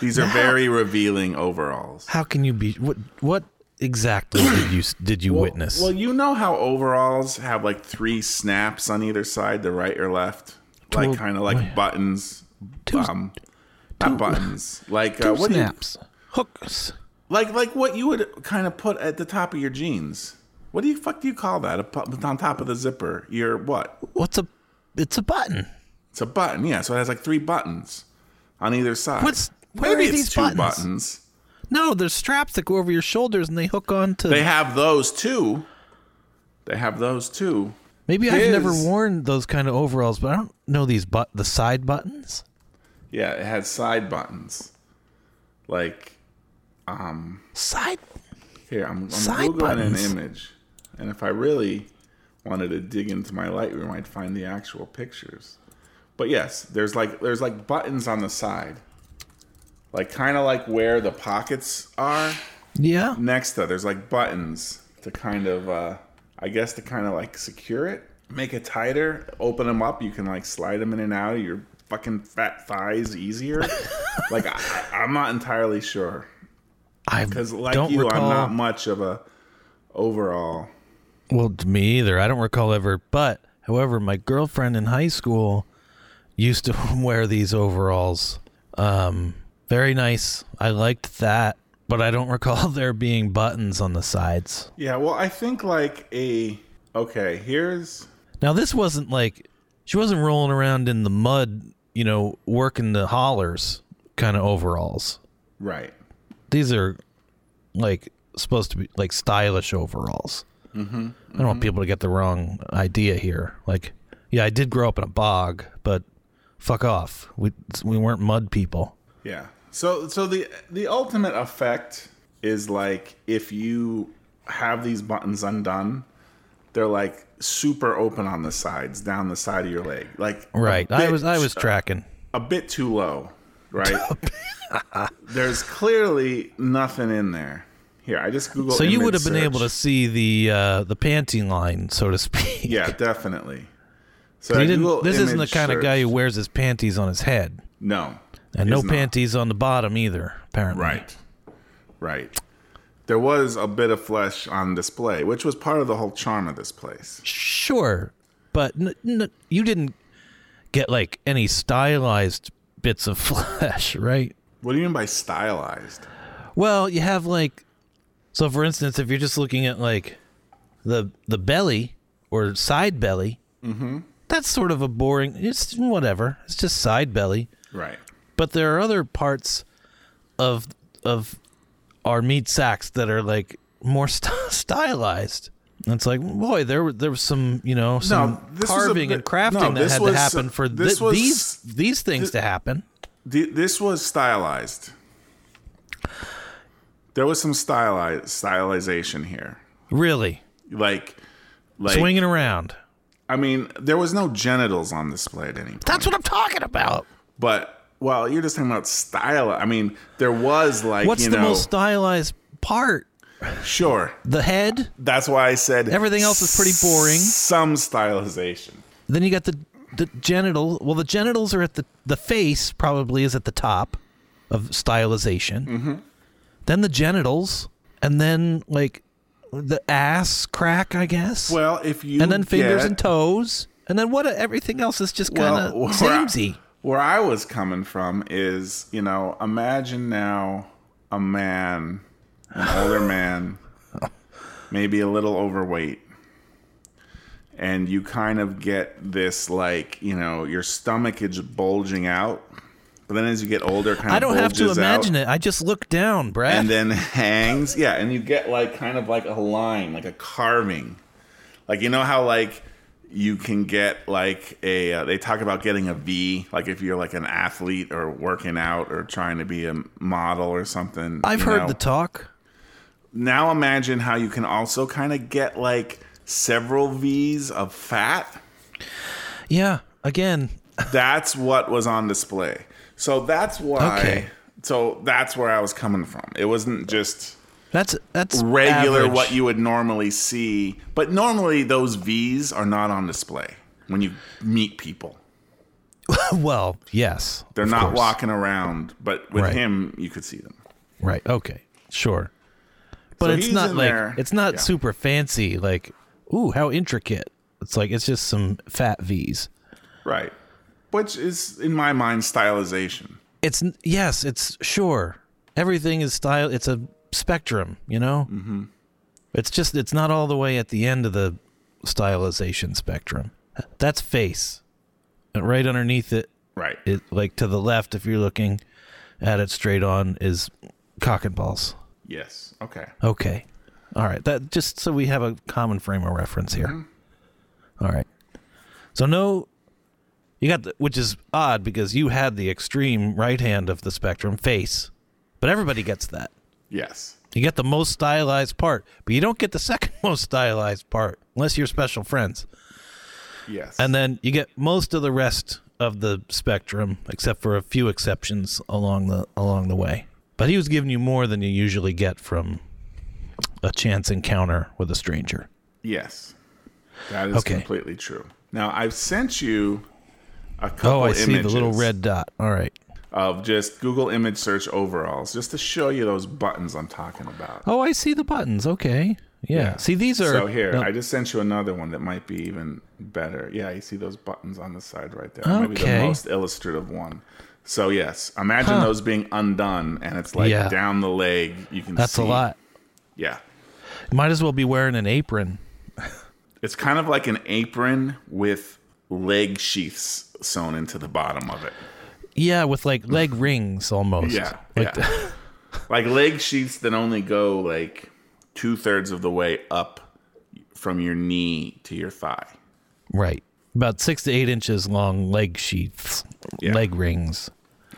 Speaker 2: These are very revealing overalls.
Speaker 1: How can you be? What? What exactly did you did you witness?
Speaker 2: Well, you know how overalls have like three snaps on either side, the right or left, like
Speaker 1: Well,
Speaker 2: kind of like
Speaker 1: yeah.
Speaker 2: buttons, um,
Speaker 1: [LAUGHS]
Speaker 2: not buttons, like uh, what do you,
Speaker 1: snaps, hooks.
Speaker 2: like like what you would kind of put at the top of your jeans. What do you fuck do you call that? A pu- on top of the zipper, your what?
Speaker 1: What's a? It's a button.
Speaker 2: It's a button, yeah. So it has like three buttons on either side.
Speaker 1: What's- where
Speaker 2: Maybe
Speaker 1: are
Speaker 2: it's
Speaker 1: these
Speaker 2: two
Speaker 1: buttons?
Speaker 2: buttons.
Speaker 1: No, there's straps that go over your shoulders and they hook onto.
Speaker 2: They have those too. They have those too.
Speaker 1: Maybe I've never
Speaker 2: His-
Speaker 1: worn those kind of overalls, but I don't know these but the side buttons.
Speaker 2: Yeah, it had side buttons. Like
Speaker 1: Side.
Speaker 2: here, I'm, I'm
Speaker 1: Side
Speaker 2: googling
Speaker 1: buttons?
Speaker 2: an image, and if I really wanted to dig into my Lightroom, I'd find the actual pictures. But yes, there's like there's like buttons on the side, like kind of like where the pockets are.
Speaker 1: Yeah.
Speaker 2: next though there's like buttons to kind of uh I guess to kind of like secure it, make it tighter, open them up. You can like slide them in and out of your fucking fat
Speaker 1: [LAUGHS]
Speaker 2: thighs easier. like I, I'm not entirely sure
Speaker 1: I
Speaker 2: because like
Speaker 1: don't
Speaker 2: you,
Speaker 1: recall.
Speaker 2: I'm not much of a overall.
Speaker 1: Well, to me either. I don't recall ever. But however, my girlfriend in high school used to [LAUGHS] wear these overalls. Um, very nice. I liked that, but I don't recall [LAUGHS] there being buttons on the sides.
Speaker 2: Yeah, well, I think like a okay. Here's
Speaker 1: Now this wasn't like she wasn't rolling around in the mud, you know, working the hollers kind of overalls.
Speaker 2: right.
Speaker 1: These are like supposed to be like stylish overalls. Mm-hmm, I don't want people to get the wrong idea here. Like, yeah, I did grow up in a bog, but fuck off. We we weren't mud people.
Speaker 2: Yeah. So so the the ultimate effect is like if you have these buttons undone, they're like super open on the sides, down the side of your leg. Like a
Speaker 1: Right. I
Speaker 2: bit-
Speaker 1: was I was tracking.
Speaker 2: a bit too low,
Speaker 1: [LAUGHS]
Speaker 2: right? There's clearly nothing in there. Here, I just googled.
Speaker 1: So you
Speaker 2: Oh, image
Speaker 1: would have been
Speaker 2: search.
Speaker 1: able to see the uh, the panty line, so to speak. [LAUGHS]
Speaker 2: Yeah, definitely. So
Speaker 1: He
Speaker 2: I
Speaker 1: didn't,
Speaker 2: Googled
Speaker 1: this isn't the
Speaker 2: image
Speaker 1: kind of
Speaker 2: search.
Speaker 1: guy who wears his panties on his head.
Speaker 2: No.
Speaker 1: And no
Speaker 2: He's not.
Speaker 1: panties on the bottom either, apparently.
Speaker 2: Right. Right. There was a bit of flesh on display, which was part of the whole charm of this place.
Speaker 1: Sure, but n- n- you didn't get like any stylized bits of [LAUGHS] flesh, right?
Speaker 2: What do you mean by stylized?
Speaker 1: Well, you have like so for instance, if you're just looking at like the the belly or side belly, mm-hmm. that's sort of a boring. It's whatever. It's just side belly.
Speaker 2: Right.
Speaker 1: but there are other parts of of our meat sacks that are like more [LAUGHS] st- stylized. And it's like, boy, there were there was some you know some
Speaker 2: this was a
Speaker 1: carving
Speaker 2: bit-
Speaker 1: and crafting
Speaker 2: no,
Speaker 1: that
Speaker 2: this
Speaker 1: had
Speaker 2: was-
Speaker 1: to happen for thi-
Speaker 2: this was-
Speaker 1: these these things to happen.
Speaker 2: Th- this was stylized. There was some stylized stylization here.
Speaker 1: Really
Speaker 2: Like like
Speaker 1: swinging around.
Speaker 2: I mean, there was no genitals on display at any point.
Speaker 1: That's what I'm talking about.
Speaker 2: But well, you're just talking about style. I mean, there was like
Speaker 1: What's
Speaker 2: you
Speaker 1: the
Speaker 2: know,
Speaker 1: most stylized part?
Speaker 2: sure.
Speaker 1: The head.
Speaker 2: That's why I said
Speaker 1: Everything else is pretty boring.
Speaker 2: Some stylization.
Speaker 1: Then you got the the genital. Well, the genitals are at the the face probably is at the top of stylization. Mm-hmm. Then the genitals, and then like the ass crack, I guess.
Speaker 2: Well, if you
Speaker 1: and then fingers
Speaker 2: get-
Speaker 1: and toes, and then what? Everything else is just kind of
Speaker 2: [LAUGHS] where I-
Speaker 1: samey.
Speaker 2: Where I was coming from is, you know, imagine now a man, an older
Speaker 1: [LAUGHS]
Speaker 2: man, maybe a little overweight, and you kind of get this like, you know, your stomach is bulging out. But then as you get older, kind of
Speaker 1: I don't have to
Speaker 2: bulges out.
Speaker 1: imagine it. I just look down, Brad.
Speaker 2: and then [LAUGHS] hangs. Yeah, and you get like kind of like a line, like a carving. Like you know how like you can get like a uh, they talk about getting a V, like if you're like an athlete or working out or trying to be a model or something.
Speaker 1: I've
Speaker 2: you
Speaker 1: heard
Speaker 2: know?
Speaker 1: the talk.
Speaker 2: now imagine how you can also kind of get like several V's of fat.
Speaker 1: Yeah, again,
Speaker 2: That's what was on display. So that's why.
Speaker 1: Okay.
Speaker 2: So that's where I was coming from. It wasn't just
Speaker 1: that's that's
Speaker 2: regular
Speaker 1: average.
Speaker 2: what you would normally see. But normally those V's are not on display when you meet people.
Speaker 1: [LAUGHS] well, yes,
Speaker 2: They're
Speaker 1: of
Speaker 2: not
Speaker 1: course.
Speaker 2: walking around, but with
Speaker 1: Right.
Speaker 2: him you could see them.
Speaker 1: Right. Okay. Sure. But
Speaker 2: So
Speaker 1: it's
Speaker 2: he's
Speaker 1: not
Speaker 2: in
Speaker 1: like
Speaker 2: there.
Speaker 1: it's not
Speaker 2: Yeah.
Speaker 1: super fancy. Like, ooh, how intricate! It's like it's just some fat V's.
Speaker 2: Right. Which is in my mind stylization.
Speaker 1: It's n- yes, it's sure. Everything is style. It's a spectrum, you know. Mm-hmm. It's just it's not all the way at the end of the stylization spectrum. That's face, and right underneath it,
Speaker 2: Right.
Speaker 1: it like to the left, if you're looking at it straight on, is cock and balls.
Speaker 2: yes. Okay.
Speaker 1: Okay. All right. That just so we have a common frame of reference here. All right. So no you got the, which is odd because you had the extreme right hand of the spectrum face. But everybody gets that.
Speaker 2: Yes.
Speaker 1: You get the most stylized part, but you don't get the second [LAUGHS] most stylized part unless you're special friends.
Speaker 2: Yes.
Speaker 1: And then you get most of the rest of the spectrum except for a few exceptions along the along the way. But he was giving you more than you usually get from a chance encounter with a stranger.
Speaker 2: Yes, that is
Speaker 1: Okay.
Speaker 2: completely true. Now I've sent you a couple.
Speaker 1: Oh, I see the little
Speaker 2: images
Speaker 1: red dot. All right.
Speaker 2: of just Google image search overalls, just to show you those buttons I'm talking about.
Speaker 1: Oh, I see the buttons. Okay. Yeah. See, these are.
Speaker 2: So here,
Speaker 1: no,
Speaker 2: I just sent you another one that might be even better. Yeah, you see those buttons on the side right there. That might be the
Speaker 1: Okay.
Speaker 2: most illustrative one. So yes, imagine those being undone, and it's like
Speaker 1: Yeah.
Speaker 2: down the leg. You can.
Speaker 1: that's a
Speaker 2: see-
Speaker 1: lot.
Speaker 2: Yeah,
Speaker 1: Might as well be wearing an apron.
Speaker 2: it's kind of like an apron with leg sheaths sewn into the bottom of it.
Speaker 1: Yeah, with like leg rings almost.
Speaker 2: Yeah,
Speaker 1: [LAUGHS] Like
Speaker 2: yeah. like leg sheaths that only go like two thirds of the way up from your knee to your thigh.
Speaker 1: right. About six to eight inches long leg sheaths,
Speaker 2: Yeah.
Speaker 1: leg rings.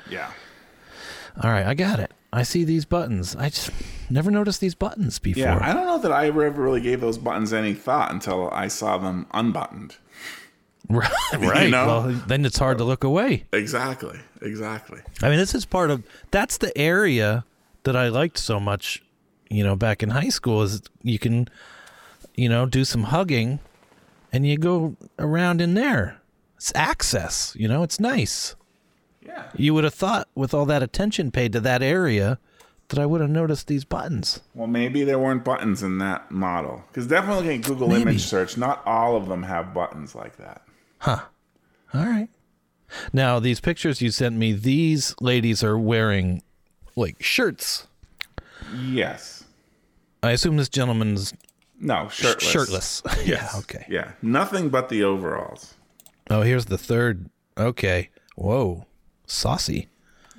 Speaker 2: Yeah.
Speaker 1: All right, I got it. I see these buttons. I just never noticed these buttons before.
Speaker 2: Yeah, I don't know that I ever really gave those buttons any thought until I saw them unbuttoned.
Speaker 1: [LAUGHS] right.
Speaker 2: [LAUGHS] You know?
Speaker 1: Well, then it's hard to look away.
Speaker 2: Exactly. Exactly.
Speaker 1: I mean, this is part of that's the area that I liked so much, you know, back in high school is you can, you know, do some hugging and you go around in there. It's access, you know, it's nice.
Speaker 2: Yeah.
Speaker 1: You would have thought with all that attention paid to that area that I would have noticed these buttons.
Speaker 2: Well, maybe there weren't buttons in that model. Because definitely in Google
Speaker 1: Maybe.
Speaker 2: image search, not all of them have buttons like that.
Speaker 1: All right. Now, these pictures you sent me, these ladies are wearing like shirts.
Speaker 2: Yes.
Speaker 1: I assume this gentleman's
Speaker 2: No, shirtless.
Speaker 1: shirtless. [LAUGHS] yeah, okay.
Speaker 2: Yeah. Nothing but the overalls.
Speaker 1: Oh, here's the third. Okay. Whoa. Saucy.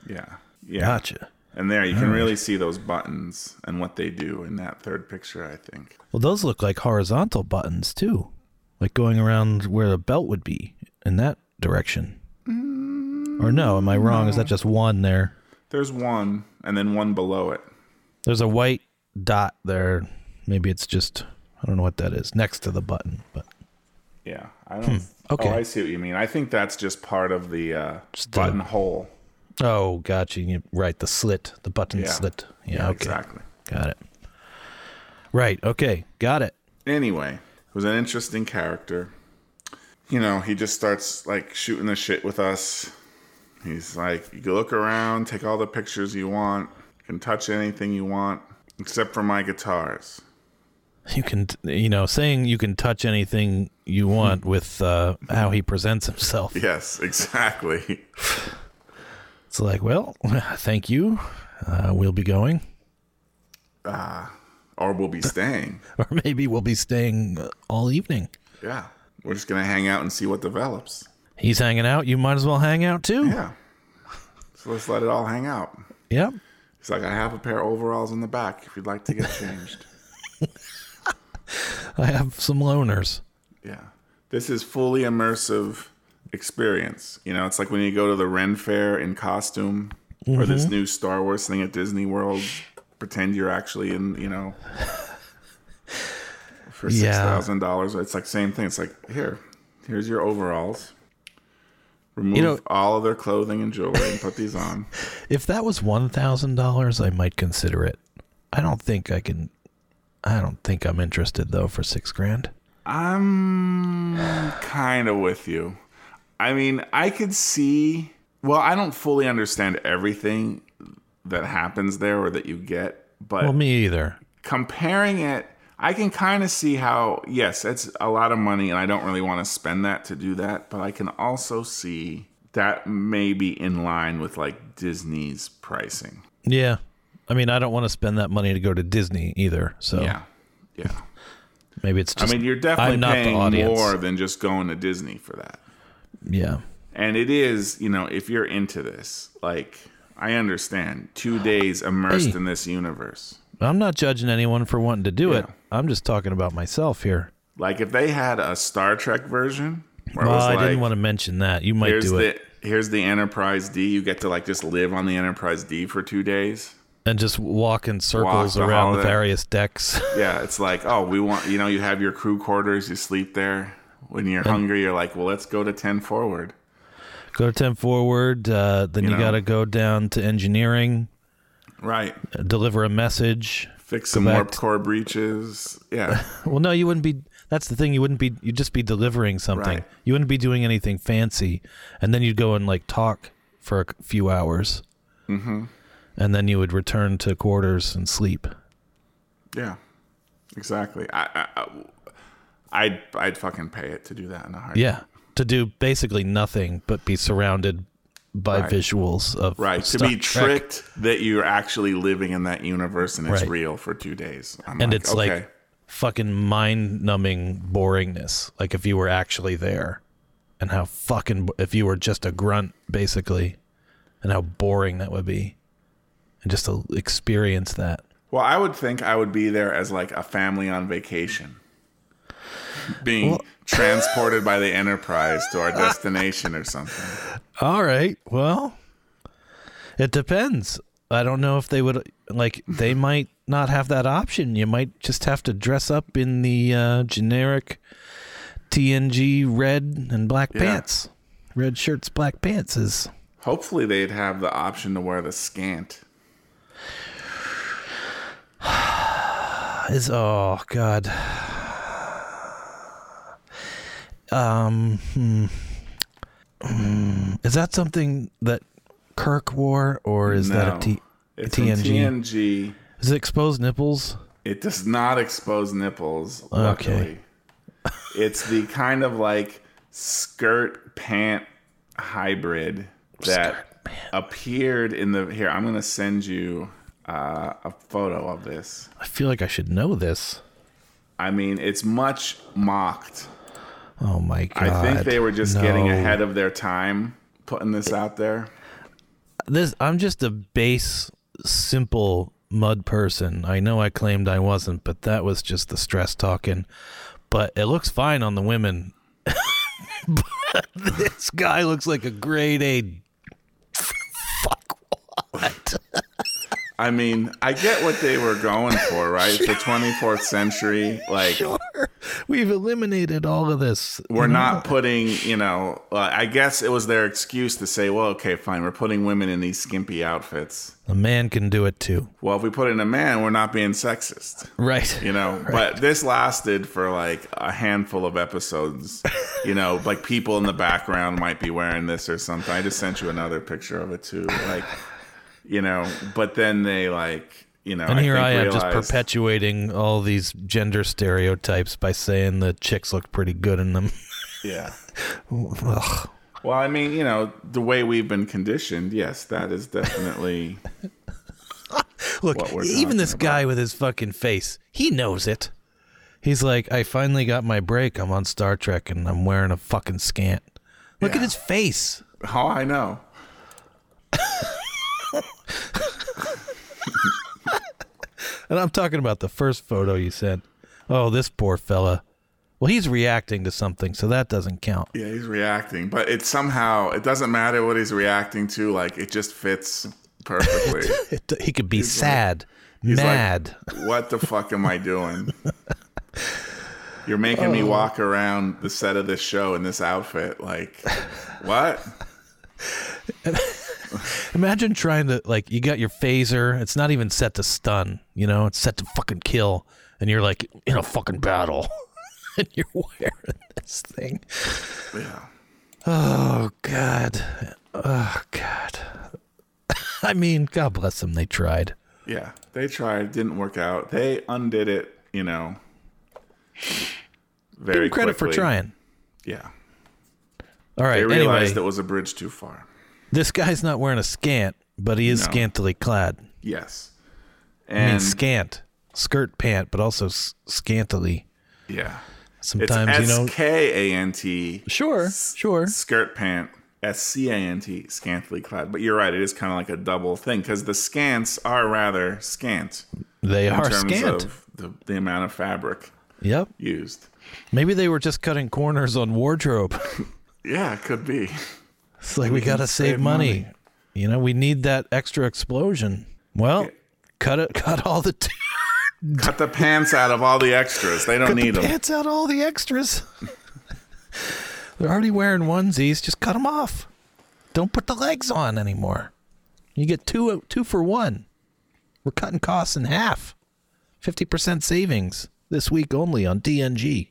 Speaker 2: Yeah. Yeah.
Speaker 1: Gotcha.
Speaker 2: And there, you can really see those buttons and what they do in that third picture, I think.
Speaker 1: Well, those look like horizontal buttons, too. Like going around where the belt would be in that direction. or no, am I wrong? Is that just one there?
Speaker 2: There's one, and then one below it.
Speaker 1: There's a white dot there. Maybe it's just, I don't know what that is, next to the button, but
Speaker 2: Yeah, I don't.
Speaker 1: Hmm. okay.
Speaker 2: Oh, I see what you mean. I think that's just part of the uh,
Speaker 1: the-
Speaker 2: buttonhole.
Speaker 1: Oh, gotcha. You right, the slit, the button
Speaker 2: Yeah.
Speaker 1: slit. Yeah, okay.
Speaker 2: Exactly.
Speaker 1: Got it. Right, okay. Got it.
Speaker 2: Anyway, it was an interesting character. You know, he just starts like shooting the shit with us. He's like, you can look around, take all the pictures you want, you can touch anything you want, except for my guitars. [LAUGHS]
Speaker 1: You can t- you know, saying you can touch anything you
Speaker 2: Hmm.
Speaker 1: want with uh how he presents himself.
Speaker 2: Yes, exactly. [LAUGHS]
Speaker 1: It's like, well, [LAUGHS] thank you. Uh, we'll be going, [LAUGHS]
Speaker 2: or we'll be staying.
Speaker 1: or maybe we'll be staying uh, all evening.
Speaker 2: Yeah, we're just gonna hang out and see what develops.
Speaker 1: He's hanging out. You might as well hang out too.
Speaker 2: Yeah, so let's let it all hang out.
Speaker 1: Yep.
Speaker 2: He's like, I have a pair of overalls in the back if you'd like to get
Speaker 1: [LAUGHS]
Speaker 2: changed.
Speaker 1: I have some loners.
Speaker 2: yeah. This is fully immersive experience. You know, it's like when you go to the Ren Fair in costume or
Speaker 1: Mm-hmm.
Speaker 2: this new Star Wars thing at Disney World, pretend you're actually in, you
Speaker 1: [LAUGHS]
Speaker 2: know, for
Speaker 1: Yeah.
Speaker 2: $6,000. It's like same thing. It's like, here, here's your overalls. Remove
Speaker 1: know-
Speaker 2: all of their clothing and jewelry and put these on.
Speaker 1: If that was one thousand dollars, I might consider it. I don't think I can. I don't think I'm interested though for six grand.
Speaker 2: I'm kind of with you. I mean, I could see. Well, I don't fully understand everything that happens there or that you get, but
Speaker 1: Well, me either.
Speaker 2: comparing it, I can kind of see how, yes, it's a lot of money and I don't really want to spend that to do that, but I can also see that may be in line with like Disney's pricing.
Speaker 1: Yeah, I mean, I don't want to spend that money to go to Disney either. So
Speaker 2: Yeah. Yeah.
Speaker 1: maybe it's
Speaker 2: I
Speaker 1: Oh. just.
Speaker 2: mean, you're definitely
Speaker 1: I'm not the
Speaker 2: paying
Speaker 1: audience.
Speaker 2: more than just going to Disney for that.
Speaker 1: yeah,
Speaker 2: And it is, you know, if you're into this, like I understand, two days immersed
Speaker 1: Hey.
Speaker 2: in this universe.
Speaker 1: I'm not judging anyone for wanting to do it.
Speaker 2: Yeah.
Speaker 1: I'm just talking about myself here.
Speaker 2: Like if they had a Star Trek version, where
Speaker 1: Well,
Speaker 2: it was
Speaker 1: I
Speaker 2: like,
Speaker 1: didn't want to mention that. You might
Speaker 2: here's
Speaker 1: do it
Speaker 2: the here's the Enterprise D, you get to like just live on the Enterprise D for two days.
Speaker 1: and just walk in circles
Speaker 2: the
Speaker 1: around the
Speaker 2: holiday.
Speaker 1: various decks. [LAUGHS]
Speaker 2: Yeah, it's like, oh, we want, you know, you have your crew quarters, you sleep there. When you're hungry, you're like, well, let's go to ten forward.
Speaker 1: go to ten forward. Uh, then you,
Speaker 2: know.
Speaker 1: got to go down to engineering,
Speaker 2: Right.
Speaker 1: uh, deliver a message.
Speaker 2: Fix some
Speaker 1: back
Speaker 2: warp
Speaker 1: to-
Speaker 2: core breaches. Yeah.
Speaker 1: Well, no, you wouldn't be. That's the thing. You wouldn't be. You'd just be delivering something.
Speaker 2: Right.
Speaker 1: You wouldn't be doing anything fancy, and then you'd go and like talk for a c- few hours, mm-hmm. and then you would return to quarters and sleep.
Speaker 2: Yeah, exactly. I, I, I would I'd fucking pay it to do that in a heartbeat.
Speaker 1: Yeah, to do basically nothing but be surrounded by
Speaker 2: Right.
Speaker 1: visuals of
Speaker 2: Right, to
Speaker 1: Star
Speaker 2: be
Speaker 1: Trek.
Speaker 2: tricked that you're actually living in that universe and it's
Speaker 1: Right.
Speaker 2: real for two days. I'm
Speaker 1: and it's
Speaker 2: okay.
Speaker 1: like fucking mind-numbing boringness like if you were actually there and how fucking if you were just a grunt basically and how boring that would be and just to experience that
Speaker 2: well, I would think I would be there as like a family on vacation, being
Speaker 1: [LAUGHS]
Speaker 2: transported by the Enterprise to our destination or something.
Speaker 1: all right well it depends i don't know if they would like they might not have that option you might just have to dress up in the uh, generic tng red and black pants red shirts black pants is
Speaker 2: Hopefully, they'd have the option to wear the scant.
Speaker 1: is oh god um hmm. Hmm. Um, is that something that kirk wore or is that a
Speaker 2: No.
Speaker 1: T-
Speaker 2: It's from
Speaker 1: tng
Speaker 2: TNG.
Speaker 1: is it exposed nipples
Speaker 2: It does not expose nipples. Luckily. it's the kind of like skirt pant hybrid that appeared in the. Here, I'm going to send you uh, a photo of this.
Speaker 1: i feel like i should know this
Speaker 2: I mean, it's much mocked.
Speaker 1: oh my god
Speaker 2: I think they were just getting
Speaker 1: no.
Speaker 2: ahead of their time putting this out there.
Speaker 1: this i'm just a base simple mud person i know i claimed i wasn't but that was just the stress talking but it looks fine on the women [LAUGHS] but this guy looks like a grade a fuck what
Speaker 2: I mean, I get what they were going for, right? It's
Speaker 1: [LAUGHS]
Speaker 2: The 24th century, like
Speaker 1: we've eliminated all of this
Speaker 2: we're not putting, you know, uh, I guess it was their excuse to say, well, okay, fine, we're putting women in these skimpy outfits.
Speaker 1: a man can do it too
Speaker 2: Well, if we put in a man, we're not being sexist,
Speaker 1: right
Speaker 2: you know. But this lasted for like a handful of episodes, you know, like people in the background might be wearing this or something. I just sent you another picture of it too, like, you know, but then they like, you know,
Speaker 1: and here
Speaker 2: think
Speaker 1: I, am just
Speaker 2: realized-
Speaker 1: perpetuating all these gender stereotypes by saying the chicks look pretty good in them. [LAUGHS]
Speaker 2: Yeah.
Speaker 1: Ugh.
Speaker 2: Well, I mean, you know, the way we've been conditioned, yes, that is definitely. [LAUGHS]
Speaker 1: Look,
Speaker 2: what we're
Speaker 1: even
Speaker 2: talking
Speaker 1: this guy with his fucking face, he knows it. He's like, I finally got my break. I'm on Star Trek and I'm wearing a fucking scant. Look at
Speaker 2: Yeah.
Speaker 1: his face.
Speaker 2: Oh, I know.
Speaker 1: And I'm talking about the first photo you sent. Oh, this poor fella. Well, he's reacting to something, so that doesn't
Speaker 2: [LAUGHS]
Speaker 1: count.
Speaker 2: Yeah, he's reacting, but it somehow it doesn't matter what he's reacting to. Like it just fits
Speaker 1: [LAUGHS]
Speaker 2: perfectly.
Speaker 1: It, he could be sad,
Speaker 2: like-
Speaker 1: mad.
Speaker 2: what the fuck am I doing? You're making
Speaker 1: Oh.
Speaker 2: me walk around the set of this show in this outfit. Like,
Speaker 1: [LAUGHS]
Speaker 2: what?
Speaker 1: Imagine trying to like you got your phaser. It's not even set to stun. You know, it's set to fucking kill, and you're like in a fucking battle, [LAUGHS] and you're wearing this thing.
Speaker 2: Yeah.
Speaker 1: Oh god. Oh god. [LAUGHS] I mean, God bless them. They tried.
Speaker 2: Yeah, they tried, didn't work out. They undid it, you know.
Speaker 1: Give
Speaker 2: Very
Speaker 1: 'em credit for
Speaker 2: quickly.
Speaker 1: trying.
Speaker 2: Yeah.
Speaker 1: All right.
Speaker 2: They realized
Speaker 1: Anyway,
Speaker 2: it was a bridge too far.
Speaker 1: this guy's not wearing a scant, but he is
Speaker 2: No.
Speaker 1: scantily clad.
Speaker 2: Yes.
Speaker 1: I
Speaker 2: And
Speaker 1: mean, scant skirt pant, but also s- scantily.
Speaker 2: yeah. It's
Speaker 1: Sometimes you know.
Speaker 2: S K A N T.
Speaker 1: Sure, sure.
Speaker 2: Skirt pant. S C A N T. Scantily clad. But you're right. It is kind of like a double thing because the scants are rather scant
Speaker 1: They
Speaker 2: in
Speaker 1: are
Speaker 2: terms
Speaker 1: scant.
Speaker 2: of the, the amount of fabric
Speaker 1: yep.
Speaker 2: used.
Speaker 1: Maybe they were just cutting corners on wardrobe. [LAUGHS]
Speaker 2: Yeah, it could be.
Speaker 1: It's like we, got to save,
Speaker 2: save
Speaker 1: money.
Speaker 2: money.
Speaker 1: You know, we need that extra explosion. Well,
Speaker 2: Yeah.
Speaker 1: cut it, [LAUGHS] cut all the t-
Speaker 2: Cut the pants out of all the extras. They don't
Speaker 1: cut the
Speaker 2: need them.
Speaker 1: pants out, all the extras. [LAUGHS] They're already wearing onesies. Just cut them off. Don't put the legs on anymore. You get two two for one. We're cutting costs in half. Fifty percent savings this week only on DNG.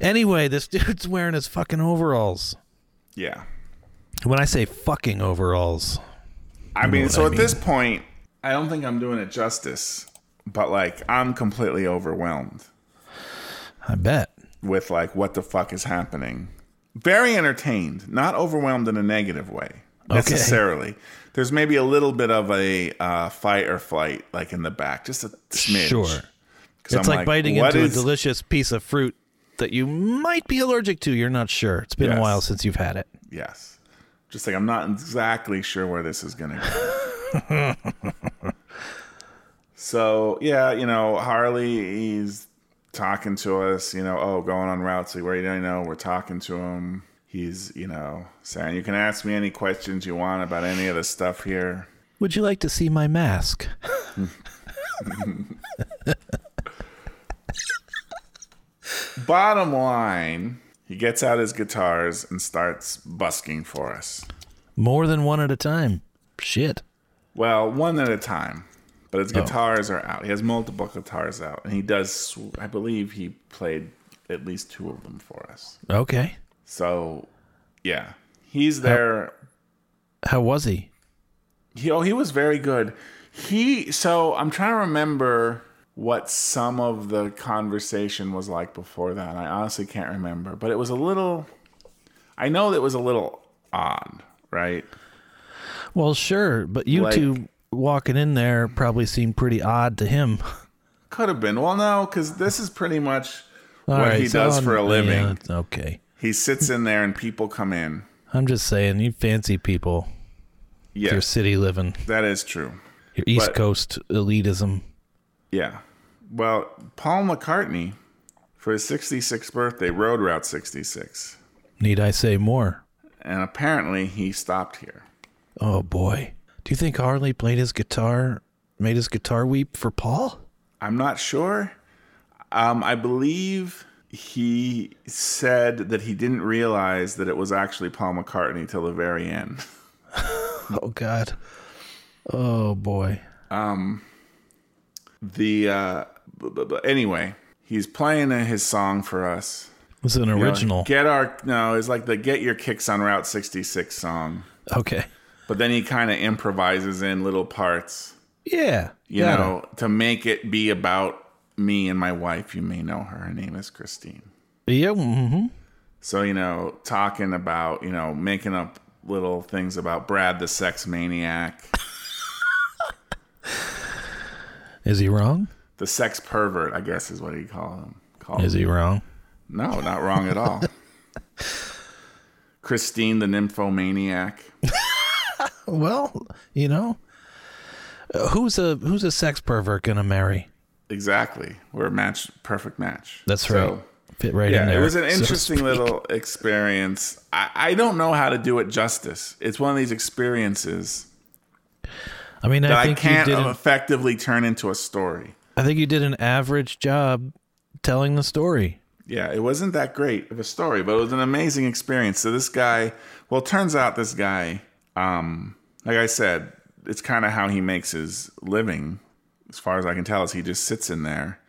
Speaker 1: Anyway, this [LAUGHS] dude's wearing his fucking overalls.
Speaker 2: Yeah.
Speaker 1: When I say fucking overalls,
Speaker 2: I mean,
Speaker 1: what
Speaker 2: so
Speaker 1: I
Speaker 2: at this point, I don't think I'm doing it justice, but like I'm completely overwhelmed
Speaker 1: I bet.
Speaker 2: with like what the fuck is happening. Very entertained, not overwhelmed in a negative way necessarily. There's maybe a little bit of a uh, fight or flight, like in the back, just a smidge.
Speaker 1: Sure.
Speaker 2: 'Cause
Speaker 1: it's
Speaker 2: I'm
Speaker 1: like, biting
Speaker 2: what
Speaker 1: into
Speaker 2: is-
Speaker 1: a delicious piece of fruit that you might be allergic to. You're not sure. It's been
Speaker 2: Yes.
Speaker 1: a while since you've had it.
Speaker 2: Yes. Just like I'm not exactly sure where this is going to go. so, yeah, you know, Harley, he's talking to us, you know, oh, going on route. So, where you don't know, we're talking to him. He's, you know, saying, you can ask me any questions you want about any of the stuff here.
Speaker 1: Would you like to see my mask?
Speaker 2: Bottom line, he gets out his guitars and starts busking for us.
Speaker 1: More than one at a time. Shit.
Speaker 2: Well, one at a time. But his guitars are out. He has multiple guitars out, and he does. sw- I believe he played at least two of them for us.
Speaker 1: Okay.
Speaker 2: So, yeah, he's there.
Speaker 1: How was he?
Speaker 2: He oh, he was very good. He so I'm trying to remember what some of the conversation was like before that. I honestly can't remember, but it was a little. I know that it was a little odd, right?
Speaker 1: Well, sure, but you
Speaker 2: Like-
Speaker 1: two walking in there probably seemed pretty odd to him. [LAUGHS]
Speaker 2: Could have been. Well, no, because this is pretty much
Speaker 1: All
Speaker 2: what
Speaker 1: right,
Speaker 2: he
Speaker 1: so
Speaker 2: does
Speaker 1: I'm-
Speaker 2: for a living.
Speaker 1: yeah, it's okay.
Speaker 2: He sits in there and people come in.
Speaker 1: I'm just saying, you fancy people, your
Speaker 2: Yes,
Speaker 1: city living,
Speaker 2: that is true.
Speaker 1: your East
Speaker 2: But-
Speaker 1: Coast elitism.
Speaker 2: Yeah. Well, Paul McCartney, for his 66th birthday, rode Route 66.
Speaker 1: Need I say more?
Speaker 2: And apparently he stopped here.
Speaker 1: Oh boy. Do you think Harley played his guitar, made his guitar weep for Paul?
Speaker 2: I'm not sure. Um, I believe he said that he didn't realize that it was actually Paul McCartney till the very end.
Speaker 1: Oh God. Oh boy.
Speaker 2: The uh, b- b- b- anyway, he's playing his song for us.
Speaker 1: It's an
Speaker 2: You know,
Speaker 1: original.
Speaker 2: Get our no, it's like the Get Your Kicks on Route 66 song.
Speaker 1: Okay.
Speaker 2: but then he kind of improvises in little parts,
Speaker 1: Yeah.
Speaker 2: you
Speaker 1: got
Speaker 2: know, to make it be about me and my wife. You may know her. Her name is Christine.
Speaker 1: it. Yeah. hmm
Speaker 2: So, you know, talking about, you know, making up little things about Brad the sex maniac,
Speaker 1: Is he wrong?
Speaker 2: the sex pervert, I guess is what he call him. Called
Speaker 1: Is he wrong?
Speaker 2: No, not wrong at all. Christine the nymphomaniac.
Speaker 1: Well, you know, uh, who's a who's a sex pervert gonna marry?
Speaker 2: Exactly. We're a match perfect match.
Speaker 1: That's
Speaker 2: So-
Speaker 1: right. Fit right in
Speaker 2: Yeah,
Speaker 1: there.
Speaker 2: it was an
Speaker 1: so to
Speaker 2: interesting
Speaker 1: speak.
Speaker 2: little experience. I, I don't know how to do it justice. It's one of these experiences
Speaker 1: I mean,
Speaker 2: that
Speaker 1: I
Speaker 2: I,
Speaker 1: think you
Speaker 2: can't uh,
Speaker 1: did. An,
Speaker 2: effectively turn into a story.
Speaker 1: I think you did an average job telling the story.
Speaker 2: Yeah, it wasn't that great of a story, but it was an amazing experience. So this guy, well, it turns out this guy, um, like I said, it's kind of how he makes his living, as far as I can tell, is he just sits in there.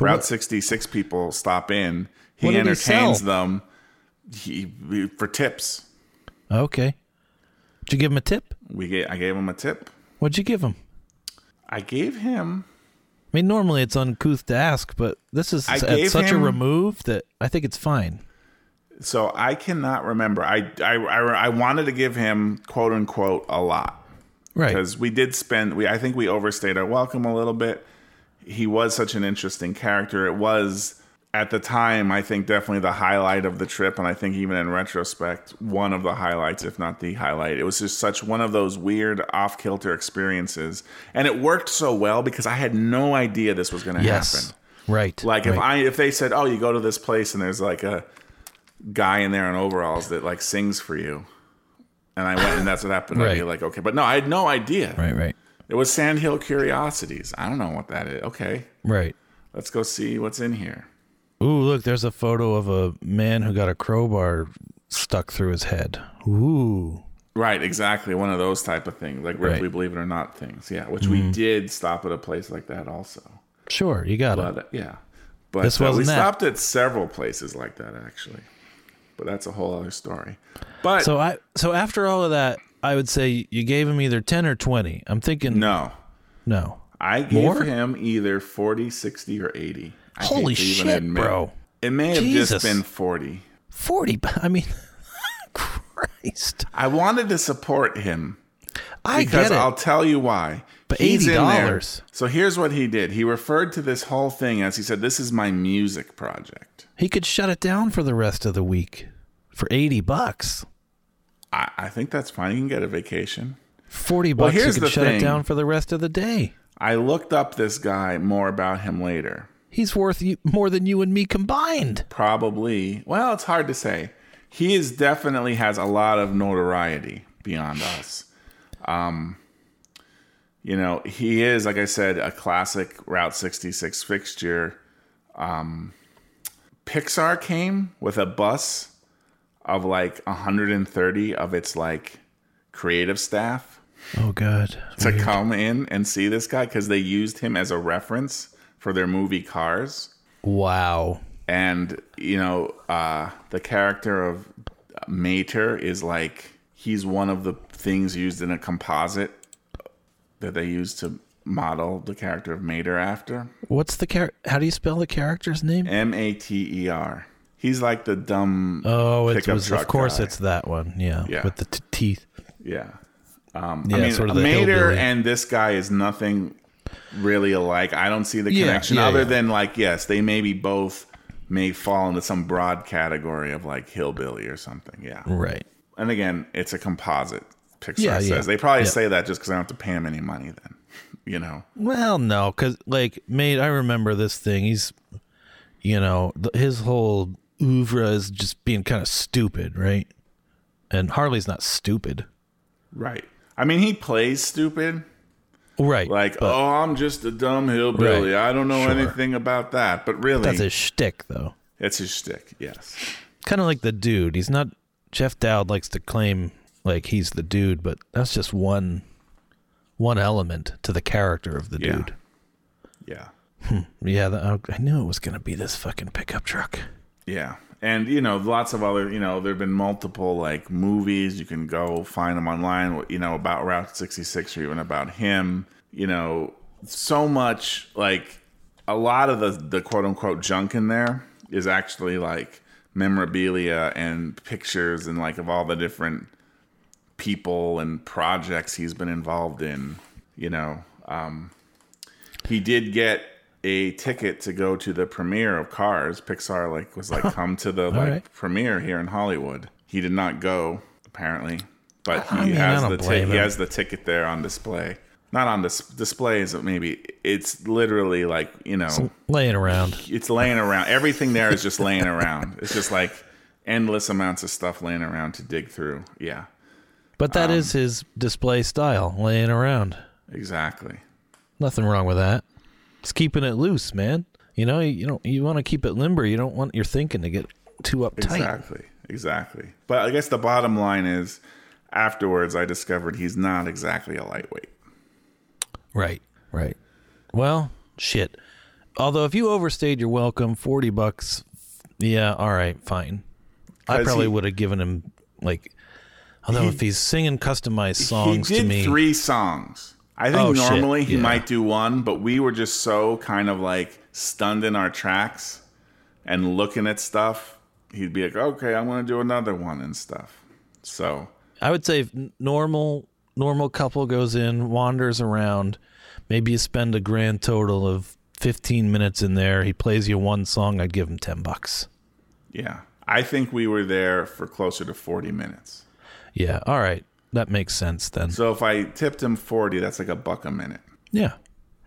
Speaker 2: Route 66 people stop in. He
Speaker 1: What did he
Speaker 2: entertains
Speaker 1: sell?
Speaker 2: them he, he- for tips.
Speaker 1: Okay. Did you give him a tip?
Speaker 2: We ga- I gave him a tip.
Speaker 1: What'd you give him?
Speaker 2: I gave him.
Speaker 1: I mean, normally it's uncouth to ask, but this is
Speaker 2: I
Speaker 1: at
Speaker 2: gave
Speaker 1: such a
Speaker 2: him-
Speaker 1: remove that I think it's fine.
Speaker 2: So I cannot remember. I I, I, I wanted to give him quote unquote a lot
Speaker 1: Right.
Speaker 2: because we did spend. We I think we overstayed our welcome a little bit. He was such an interesting character. It was at the time I think definitely the highlight of the trip, and I think even in retrospect one of the highlights, if not the highlight. It was just such one of those weird off kilter experiences, and it worked so well because I had no idea this was going to happen.
Speaker 1: Yes. Right.
Speaker 2: Like if
Speaker 1: right.
Speaker 2: I if they said, "Oh, you go to this place and there's like a guy in there in overalls that like sings for you," and I went and that's what happened, I'd be
Speaker 1: Right.
Speaker 2: like, "Okay," but no, I had no idea.
Speaker 1: Right. Right.
Speaker 2: It was Sandhill Curiosities. I don't know what that is. Okay,
Speaker 1: Right.
Speaker 2: let's go see what's in here.
Speaker 1: Ooh, look, there's a photo of a man who got a crowbar stuck through his head. Ooh.
Speaker 2: Right, exactly. One of those type of things, like Ripley,
Speaker 1: Right. Mm-hmm.
Speaker 2: believe it or not, things. Yeah, which we did stop at a place like that also.
Speaker 1: Sure, you got it.
Speaker 2: But uh, yeah, But
Speaker 1: This
Speaker 2: uh, we
Speaker 1: wasn't that.
Speaker 2: stopped at several places like that actually. But that's a whole other story. But
Speaker 1: So I so after all of that, I would say you gave him either ten or twenty. I'm thinking no.
Speaker 2: no, I gave
Speaker 1: More?
Speaker 2: him either 40, 60, or 80. I hate
Speaker 1: Holy
Speaker 2: to even
Speaker 1: shit,
Speaker 2: admit.
Speaker 1: bro.
Speaker 2: It may have
Speaker 1: Jesus.
Speaker 2: just been 40.
Speaker 1: Forty. [LAUGHS] I mean, Christ.
Speaker 2: I wanted to support him
Speaker 1: I
Speaker 2: because
Speaker 1: get it.
Speaker 2: I'll tell you why.
Speaker 1: But
Speaker 2: He's in there.
Speaker 1: $80.
Speaker 2: So here's what he did. He referred to this whole thing as he said, "This is my music project."
Speaker 1: he could shut it down for the rest of the week for eighty bucks.
Speaker 2: I, I think that's fine. You can get a vacation.
Speaker 1: Forty
Speaker 2: Well,
Speaker 1: bucks. You
Speaker 2: here's
Speaker 1: could
Speaker 2: the
Speaker 1: shut
Speaker 2: thing.
Speaker 1: it down for the rest of the day.
Speaker 2: I looked up this guy more about him later.
Speaker 1: He's worth you, more than you and me combined.
Speaker 2: Probably. Well, it's hard to say. He is definitely has a lot of notoriety beyond us. Um, you know, he is, like I said, a classic Route 66 fixture. Um, Pixar came with a bus of like 130 of its like creative staff
Speaker 1: Oh God.
Speaker 2: to come in and see this guy because they used him as a reference for their movie Cars
Speaker 1: Wow.
Speaker 2: and you know uh the character of mater is like he's one of the things used in a composite that they use to model the character of mater after
Speaker 1: What's the char- How do you spell the character's name?
Speaker 2: m-a-t-e-r E he's like the dumb
Speaker 1: Oh, it
Speaker 2: pickup
Speaker 1: was
Speaker 2: truck
Speaker 1: of course
Speaker 2: guy.
Speaker 1: it's that one. Yeah,
Speaker 2: Yeah.
Speaker 1: with the t- teeth.
Speaker 2: yeah Um,
Speaker 1: Yeah,
Speaker 2: i mean
Speaker 1: sort of the
Speaker 2: mater
Speaker 1: hillbilly.
Speaker 2: and this guy is nothing really alike i don't see the
Speaker 1: Yeah,
Speaker 2: connection
Speaker 1: yeah,
Speaker 2: other
Speaker 1: yeah.
Speaker 2: than like yes they maybe both may fall into some broad category of like hillbilly or something yeah
Speaker 1: right.
Speaker 2: and again, it's a composite. Pixar
Speaker 1: Yeah,
Speaker 2: says
Speaker 1: yeah.
Speaker 2: they probably
Speaker 1: Yeah.
Speaker 2: say that just because I don't have to pay him any money. Then, [LAUGHS] you know,
Speaker 1: Well, no, because like, mate, I remember this thing. He's, you know, th- his whole oeuvre is just being kind of stupid, right? And Harley's not stupid,
Speaker 2: right? I mean, he plays stupid,
Speaker 1: right?
Speaker 2: like, oh, I'm just a dumb hillbilly.
Speaker 1: Right.
Speaker 2: I don't know
Speaker 1: Sure.
Speaker 2: anything about that. But really,
Speaker 1: that's his shtick, though.
Speaker 2: it's his shtick. Yes,
Speaker 1: Kind of like the dude. He's not. Jeff Dowd likes to claim like he's the dude, but that's just one, one element to the character of the
Speaker 2: Yeah.
Speaker 1: dude.
Speaker 2: yeah,
Speaker 1: Yeah, the, oh, I- I knew it was gonna be this fucking pickup truck.
Speaker 2: yeah. And you know, lots of other, you know, there've been multiple like movies. You can go find them online. You know, about Route 66 or even about him. You know, so much like a lot of the the quote unquote junk in there is actually like memorabilia and pictures and like of all the different people and projects he's been involved in. You know, um, he did get a ticket to go to the premiere of Cars. Pixar like was like come to the like
Speaker 1: right.
Speaker 2: premiere here in Hollywood. He did not go apparently, but he
Speaker 1: I mean, I
Speaker 2: has
Speaker 1: don't
Speaker 2: the ti-
Speaker 1: blame
Speaker 2: he
Speaker 1: him.
Speaker 2: has the ticket there on display. Not on dis- displays, but maybe it's literally like you know
Speaker 1: Laying around.
Speaker 2: it's laying around. Everything there is just laying around. It's just like endless amounts of stuff laying around to dig through. Yeah,
Speaker 1: But that is his display style, laying around.
Speaker 2: exactly.
Speaker 1: Nothing wrong with that. It's keeping it loose, man. You know, you, you don't you want to keep it limber. You don't want your thinking to get too uptight.
Speaker 2: Exactly. Exactly. But I guess the bottom line is afterwards I discovered he's not exactly a lightweight.
Speaker 1: Right. Right. Well, shit. Although if you overstayed your welcome, 40 bucks. Yeah, all right, fine. I
Speaker 2: 'Cause
Speaker 1: probably
Speaker 2: he-
Speaker 1: would have given him like although if he's singing customized songs
Speaker 2: he did
Speaker 1: to me.
Speaker 2: three songs. I think
Speaker 1: Oh, shit.
Speaker 2: normally he
Speaker 1: Yeah.
Speaker 2: might do one, but we were just so kind of like stunned in our tracks and looking at stuff. He'd be like, "Okay, I'm going to do another one and stuff." So
Speaker 1: I would say if n- normal normal couple goes in, wanders around, maybe you spend a grand total of 15 minutes in there. He plays you one song, I'd give him 10 bucks.
Speaker 2: Yeah. I think we were there for closer to 40 minutes.
Speaker 1: Yeah, all right. That makes sense then.
Speaker 2: So if I tipped him 40, that's like a buck a minute.
Speaker 1: yeah.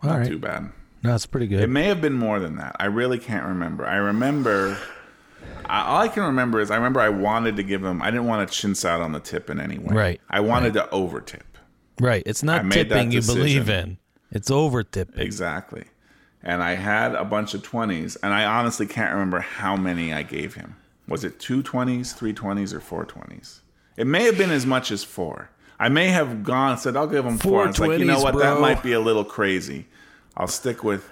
Speaker 1: All right.
Speaker 2: Too bad.
Speaker 1: No, it's pretty
Speaker 2: It
Speaker 1: good.
Speaker 2: may have been more than that. I really can't remember. I remember. I- All I can remember is I remember I wanted to give him. I didn't want to chintz out on the tip in any way.
Speaker 1: Right.
Speaker 2: I wanted to overtip.
Speaker 1: Right. It's
Speaker 2: I
Speaker 1: not
Speaker 2: made that
Speaker 1: tipping you believe
Speaker 2: decision.
Speaker 1: in. It's over tipping.
Speaker 2: Exactly. And I had a bunch of twenties, and I honestly can't remember how many I gave him. Was it two twenties, three twenties, or four twenties? It may have been as much as four. I may have gone and said, "I'll give him four. I was like, you know
Speaker 1: 420s,
Speaker 2: what? That
Speaker 1: bro.
Speaker 2: might be a little crazy. I'll stick with.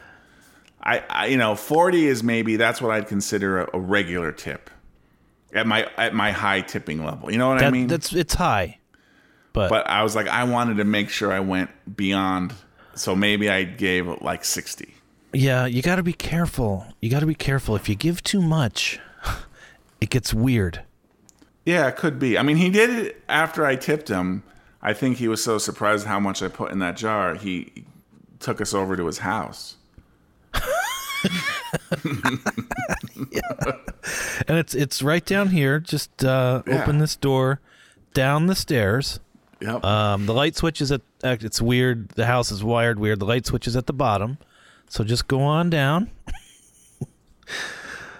Speaker 2: I, I you know, 40 is maybe that's what I'd consider a, a regular tip at my at my high tipping level. You know what I
Speaker 1: That-
Speaker 2: mean?
Speaker 1: that's it's high, but,
Speaker 2: but I was like, I wanted to make sure I went beyond. So maybe I gave like 60.
Speaker 1: yeah, you got to be careful. You got to be careful. If you give too much, [LAUGHS] it gets weird.
Speaker 2: Yeah, it could be. I mean, he did it after I tipped him. I think he was so surprised how much I put in that jar. He took us over to his house.
Speaker 1: And it's it's right down here. Just uh,
Speaker 2: Yeah.
Speaker 1: open this door, down the stairs.
Speaker 2: Yep.
Speaker 1: Um, the light switch is at. act- It's weird. The house is wired weird. The light switch is at the bottom, so just go on down. [LAUGHS]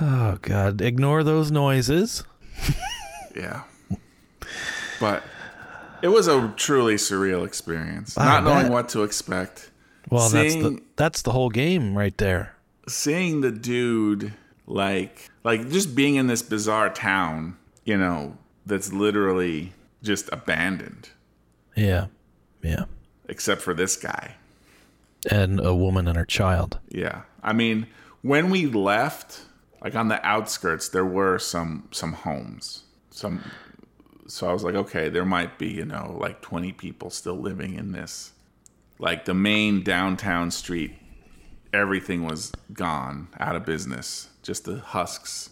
Speaker 1: oh God! Ignore those noises.
Speaker 2: yeah. But it was a truly surreal experience. Not knowing
Speaker 1: bet.
Speaker 2: what to expect.
Speaker 1: Well, that's the
Speaker 2: Seeing-
Speaker 1: that's the whole game right there.
Speaker 2: seeing the dude like like just being in this bizarre town, you know, that's literally just abandoned
Speaker 1: Yeah, yeah.
Speaker 2: except for this guy.
Speaker 1: And a woman and her child.
Speaker 2: Yeah. I mean, when we left, like on the outskirts, there were some some homes. Some so I was like, okay, there might be, you know, like 20 people still living in this. Like the main downtown street, everything was gone, out of business, just the husks.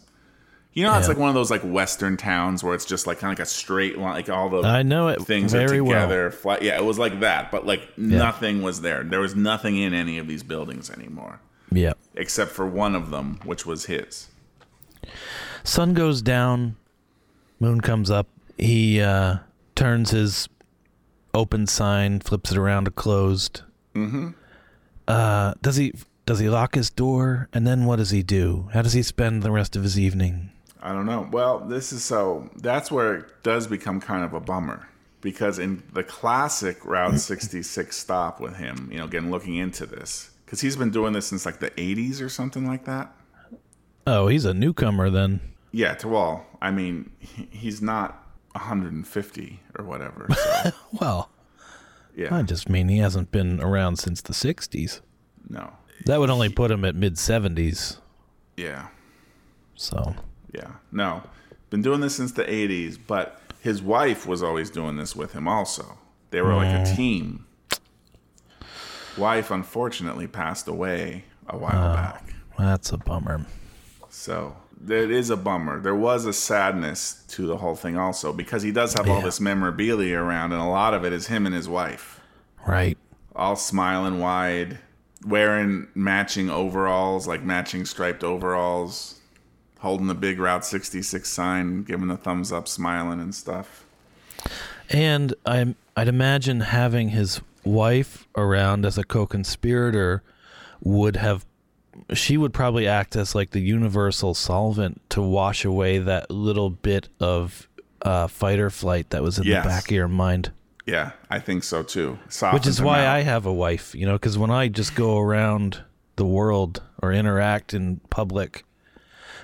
Speaker 2: You know, how it's
Speaker 1: Yeah.
Speaker 2: like one of those like western towns where it's just like kind of like a straight line, like all the
Speaker 1: I know it
Speaker 2: Oh, things
Speaker 1: very
Speaker 2: are
Speaker 1: well.
Speaker 2: together. Fly, yeah, it was like that, but like nothing was there. There was nothing in any of these buildings anymore,
Speaker 1: Yeah.
Speaker 2: except for one of them, which was his.
Speaker 1: Sun goes down, moon comes up. He uh, turns his open sign, flips it around to closed. Mm-hmm. Uh, does he does he lock his door? And then what does he do? How does he spend the rest of his evening?
Speaker 2: I don't know. Well, this is so that's where it does become kind of a bummer because in the
Speaker 1: [LAUGHS]
Speaker 2: classic Route 66 stop with him, you know, again looking into this because he's been doing this since like the 80s or something like that.
Speaker 1: Oh, he's a newcomer then.
Speaker 2: Yeah, to all. I mean, he- he's not 150 or whatever.
Speaker 1: [LAUGHS]
Speaker 2: So,
Speaker 1: Well,
Speaker 2: yeah,
Speaker 1: I just mean he hasn't been around since the '60s.
Speaker 2: no,
Speaker 1: That would only put him at mid '70s.
Speaker 2: yeah.
Speaker 1: So
Speaker 2: Yeah. No. Been doing this since the 80s, but his wife was always doing this with him also. They were like a team. Wife unfortunately passed away a while back.
Speaker 1: that's a bummer.
Speaker 2: So it is a bummer. There was a sadness to the whole thing also because he does have all
Speaker 1: Yeah.
Speaker 2: this memorabilia around and a lot of it is him and his wife.
Speaker 1: Right.
Speaker 2: All smiling wide, wearing matching overalls, like matching striped overalls, holding the big Route 66 sign, giving the thumbs up, smiling and stuff.
Speaker 1: And I'm, I'd imagine having his wife around as a co-conspirator would have, she would probably act as like the universal solvent to wash away that little bit of uh, fight or flight that was in
Speaker 2: Yes.
Speaker 1: the back of your mind.
Speaker 2: Yeah, I think so too.
Speaker 1: Which is why I have a wife, you know, because when I just go around the world or interact in public,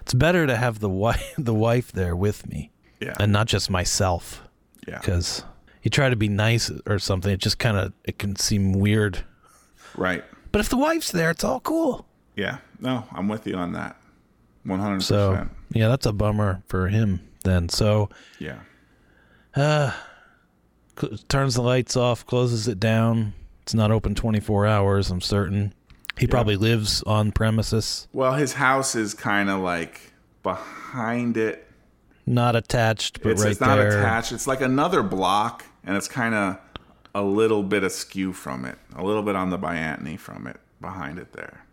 Speaker 1: it's better to have the wife, [LAUGHS] the wife there with me,
Speaker 2: Yeah.
Speaker 1: and not just myself
Speaker 2: yeah.
Speaker 1: because you try to be nice or something. It just kind of it can seem weird.
Speaker 2: Right.
Speaker 1: But if the wife's there, it's all cool.
Speaker 2: Yeah. No, I'm with you on that. 100%.
Speaker 1: So yeah, that's a bummer for him then. So
Speaker 2: yeah.
Speaker 1: cl- turns the lights off, closes it down. It's not open 24 hours. I'm certain. He probably lives on premises,
Speaker 2: Well, his house is kind of like behind it.
Speaker 1: not attached, but
Speaker 2: It's,
Speaker 1: right
Speaker 2: it's not
Speaker 1: there.
Speaker 2: attached. It's like another block, and it's kind of a little bit askew from it, a little bit on the biantony from it, behind it there.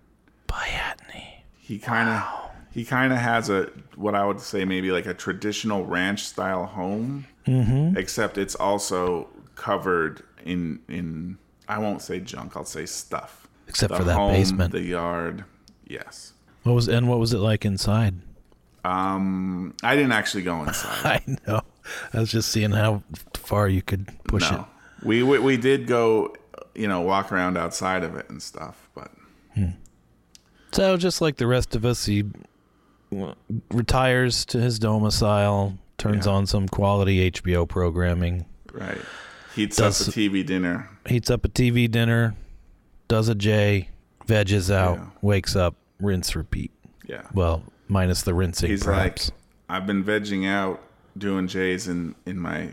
Speaker 1: By Atney.
Speaker 2: He kind of he kind of has a what I would say maybe like a traditional ranch style home,
Speaker 1: Mm-hmm.
Speaker 2: except it's also covered in in I won't say junk, I'll say stuff.
Speaker 1: Except
Speaker 2: The
Speaker 1: for that
Speaker 2: home,
Speaker 1: basement.
Speaker 2: the yard. Yes.
Speaker 1: What was and what was it like inside? [LAUGHS]
Speaker 2: Um, I didn't actually go inside.
Speaker 1: I know. I was just seeing how far you could push it.
Speaker 2: No. We, we we did go, you know, walk around outside of it and stuff, but
Speaker 1: So, just like the rest of us, he uh, retires to his domicile, turns
Speaker 2: Yeah.
Speaker 1: on some quality HBO programming,
Speaker 2: right. He'd set
Speaker 1: Does-
Speaker 2: the TV dinner.
Speaker 1: heats up a TV dinner, does a J, Veggies out,
Speaker 2: Yeah.
Speaker 1: wakes up, rinse, repeat.
Speaker 2: Yeah.
Speaker 1: Well, minus the rinsing,
Speaker 2: He's
Speaker 1: perhaps.
Speaker 2: like, I've been vegging out doing J's in, in my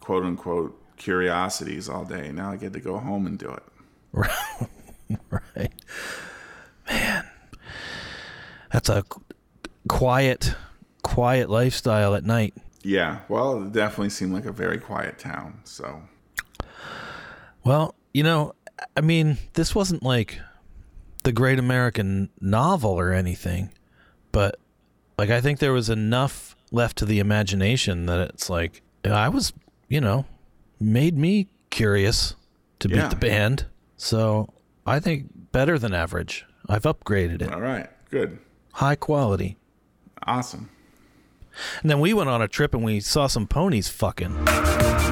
Speaker 2: quote unquote curiosities all day. Now I get to go home and do it.
Speaker 1: [LAUGHS] right. Man, that's a qu- quiet, quiet lifestyle at night.
Speaker 2: Yeah. Well, it definitely seemed like a very quiet town. So,
Speaker 1: Well, you know, I mean, this wasn't like the great American novel or anything, but like I think there was enough left to the imagination that it's like I was, you know, made me curious to
Speaker 2: Yeah.
Speaker 1: beat the band. So I think better than average. I've upgraded it.
Speaker 2: all right. Good.
Speaker 1: High quality.
Speaker 2: Awesome.
Speaker 1: And then we went on a trip and we saw some ponies fucking.